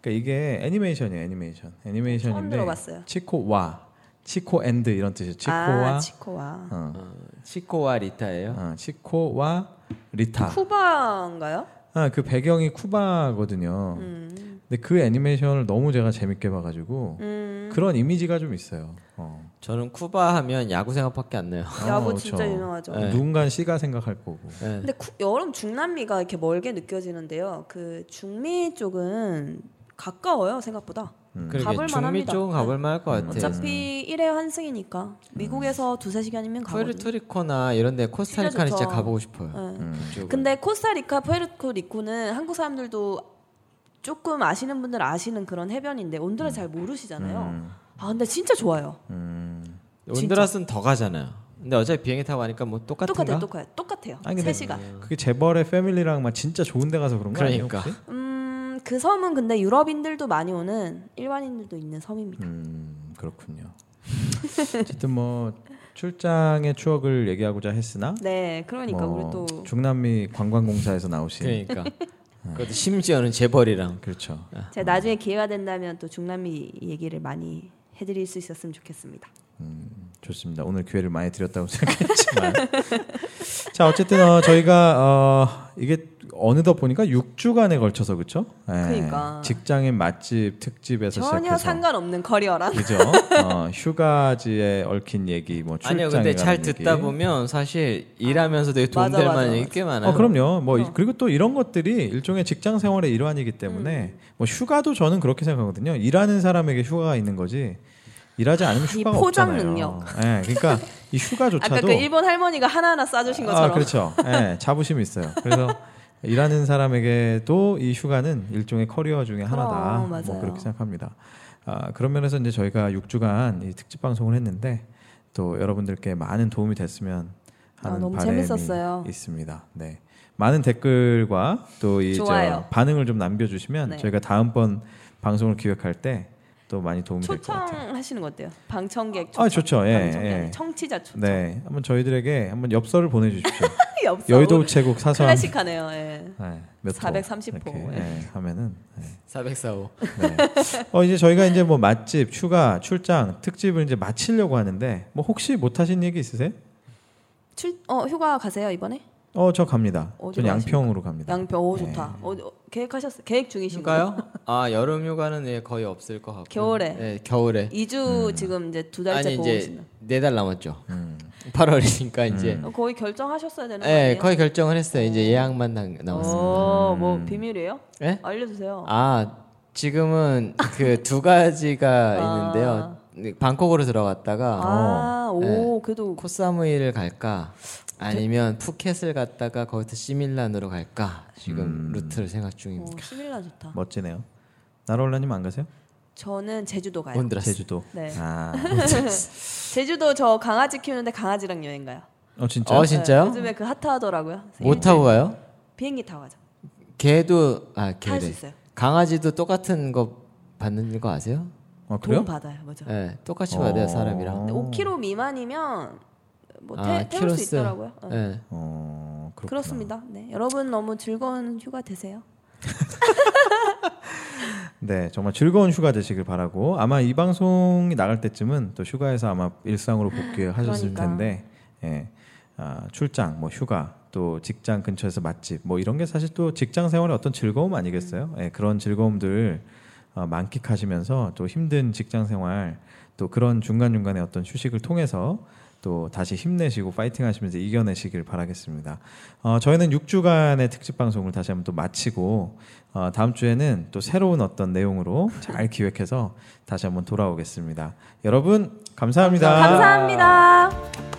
그러니까 이게 애니메이션이에요. 애니메이션. 처음 애니메이션인데 들어봤어요. 치코와 치코 앤드 이런 뜻이죠. 치코와 아, 치코와. 어, 어, 치코와 리타예요. 어, 치코와 리타. 쿠바인가요? 아, 그 배경이 쿠바거든요. 음. 근데 그 애니메이션을 너무 제가 재밌게 봐가지고 음. 그런 이미지가 좀 있어요. 어. 저는 쿠바 하면 야구 생각밖에 안 나요. 야구 어, 진짜 그렇죠. 유명하죠. 네. 누군가는 씨가 생각할 거고. 예. 근데 구- 여름 중남미가 이렇게 멀게 느껴지는데요. 그 중미 쪽은 가까워요 생각보다. 그러게 음. 가볼 중미 만합니다. 쪽은 가볼 만할 것 음. 같아요. 어차피 일회 환승이니까 미국에서 두세 시간이면 가거든요. 푸에르토리코나 이런데 코스타리카는 진짜 진짜 좋죠. 가보고 싶어요. 네. 음. 그쪽은. 근데 코스타리카, 푸에르토리코는 한국 사람들도 조금 아시는 분들 아시는 그런 해변인데 온두라 잘 모르시잖아요. 음. 아 근데 진짜 좋아요. 음. 온두라스는 더 가잖아요. 근데 어차피 비행기 타고 가니까 뭐 똑같은가? 똑같아요, 똑같아요, 똑같아요. 아니, 근데 세 시간. 그게 재벌의 패밀리랑 막 진짜 좋은 데 가서 그런 거 아니에요? 그러니까. 혹시? 음, 그 섬은 근데 유럽인들도 많이 오는 일반인들도 있는 섬입니다. 음, 그렇군요. 어쨌든 뭐 출장의 추억을 얘기하고자 했으나 네, 그러니까 뭐 우리 또 중남미 관광공사에서 나오신 그러니까. 그것도 심지어는 재벌이랑. 그렇죠. 제가 나중에 기회가 된다면 또 중남미 얘기를 많이 해드릴 수 있었으면 좋겠습니다. 좋습니다. 오늘 기회를 많이 드렸다고 생각했지만 자 어쨌든 어, 저희가 어, 이게 어느덧 보니까 6주간에 걸쳐서 그렇죠? 그러니까. 직장인 맛집 특집에서 전혀 시작해서 상관없는 커리어랑 그죠? 어, 휴가지에 얽힌 얘기, 뭐 출장에 아니요, 근데 잘 관한 듣다 얘기. 보면 사실 일하면서 되게 도움 맞아, 될 맞아, 만한 맞아. 얘기 꽤 많아요. 어 그럼요. 뭐 이- 그리고 또 이런 것들이 일종의 직장 생활의 일환이기 때문에 음. 뭐 휴가도 저는 그렇게 생각하거든요. 일하는 사람에게 휴가가 있는 거지. 일하지 않으면 이 휴가가 포장 없잖아요. 능력. 예, 그러니까 이 아까 휴가조차도 그 일본 할머니가 하나하나 싸주신 것처럼 아, 그렇죠. 예, 자부심이 있어요. 그래서 일하는 사람에게도 이 휴가는 일종의 커리어 중에 하나다. 그럼, 뭐 맞아요. 그렇게 생각합니다. 아, 그런 면에서 이제 저희가 6주간 이 특집 방송을 했는데 또 여러분들께 많은 도움이 됐으면 하는 아, 너무 바람이 재밌었어요. 있습니다. 네. 많은 댓글과 또 이 좋아요. 반응을 좀 남겨 주시면 네. 저희가 다음번 방송을 기획할 때 또 많이 도움이 될 것 같아요. 초청하시는 거 어때요? 방청객 아, 초청, 좋죠. 예. 방청객, 예. 청취자 초청. 네. 한번 저희들에게 한번 엽서를 보내 주십시오. 엽서. 여의도 우체국 사서함 클래식하네요. 예. 네, 몇 호, 430 호, 이렇게, 예. 네, 하면은 404호. 네. 어 이제 저희가 이제 뭐 맛집, 휴가, 출장, 특집을 이제 마치려고 하는데 뭐 혹시 못 하신 얘기 있으세요? 출, 어 휴가 가세요 이번에? 어 저 갑니다. 전 어디로 양평으로 갑니다. 양평 오 네. 좋다. 어, 어, 계획하셨 계획 중이신가요? 휴가요? 아, 여름 휴가는 예, 거의 없을 것 같고. 겨울에. 네, 겨울에. 음. 2주 지금 이제 두 달째 아니 보고 이제 계시는. 네 달 남았죠. 8월이니까 음. 이제 어, 거의 결정하셨어야 되는 거 아니에요? 네, 거의 결정을 했어요. 이제 예약만 남- 남았어요. 어, 음. 뭐 비밀이에요? 예? 알려주세요. 아, 지금은 그 두 가지가 있는데요. 네, 방콕으로 들어갔다가 아, 네. 오, 그래도 코사무이를 갈까 아니면 푸켓을 갔다가 거기서 시밀란으로 갈까 음. 지금 루트를 생각 중입니다. 어, 시밀라 좋다. 멋지네요. 나로올라님 안 가세요? 저는 제주도 가요. 온드라스. 제주도. 네. 아, 제주도 저 강아지 키우는데 강아지랑 여행 가요. 어 진짜? 어 네, 진짜요? 요즘에 그 핫하더라고요. 못 타고 가요? 비행기 타고 가죠. 개도 아 탈 개래. 수 있어요. 강아지도 똑같은 거 받는 거 아세요? 아 어, 돈 그래요? 받아요, 맞아. 예, 똑같이 받아요 어. 사람이랑. 근데 5kg 미만이면 뭐 아, 태, 태울 수 키로수. 있더라고요. 예. 어. 어 그렇구나. 그렇습니다. 네, 여러분 너무 즐거운 휴가 되세요. 네, 정말 즐거운 휴가 되시길 바라고 아마 이 방송이 나갈 때쯤은 또 휴가에서 아마 일상으로 복귀하셨을 그러니까. 텐데, 예, 아, 출장, 뭐 휴가, 또 직장 근처에서 맛집, 뭐 이런 게 사실 또 직장 생활의 어떤 즐거움 아니겠어요? 음. 예, 그런 즐거움들 어, 만끽하시면서 또 힘든 직장 생활, 또 그런 중간 중간의 어떤 휴식을 통해서. 또 다시 힘내시고 파이팅하시면서 이겨내시길 바라겠습니다. 어, 저희는 6주간의 특집 방송을 다시 한번 또 마치고 어, 다음 주에는 또 새로운 어떤 내용으로 잘 기획해서 다시 한번 돌아오겠습니다. 여러분 감사합니다. 감사합니다.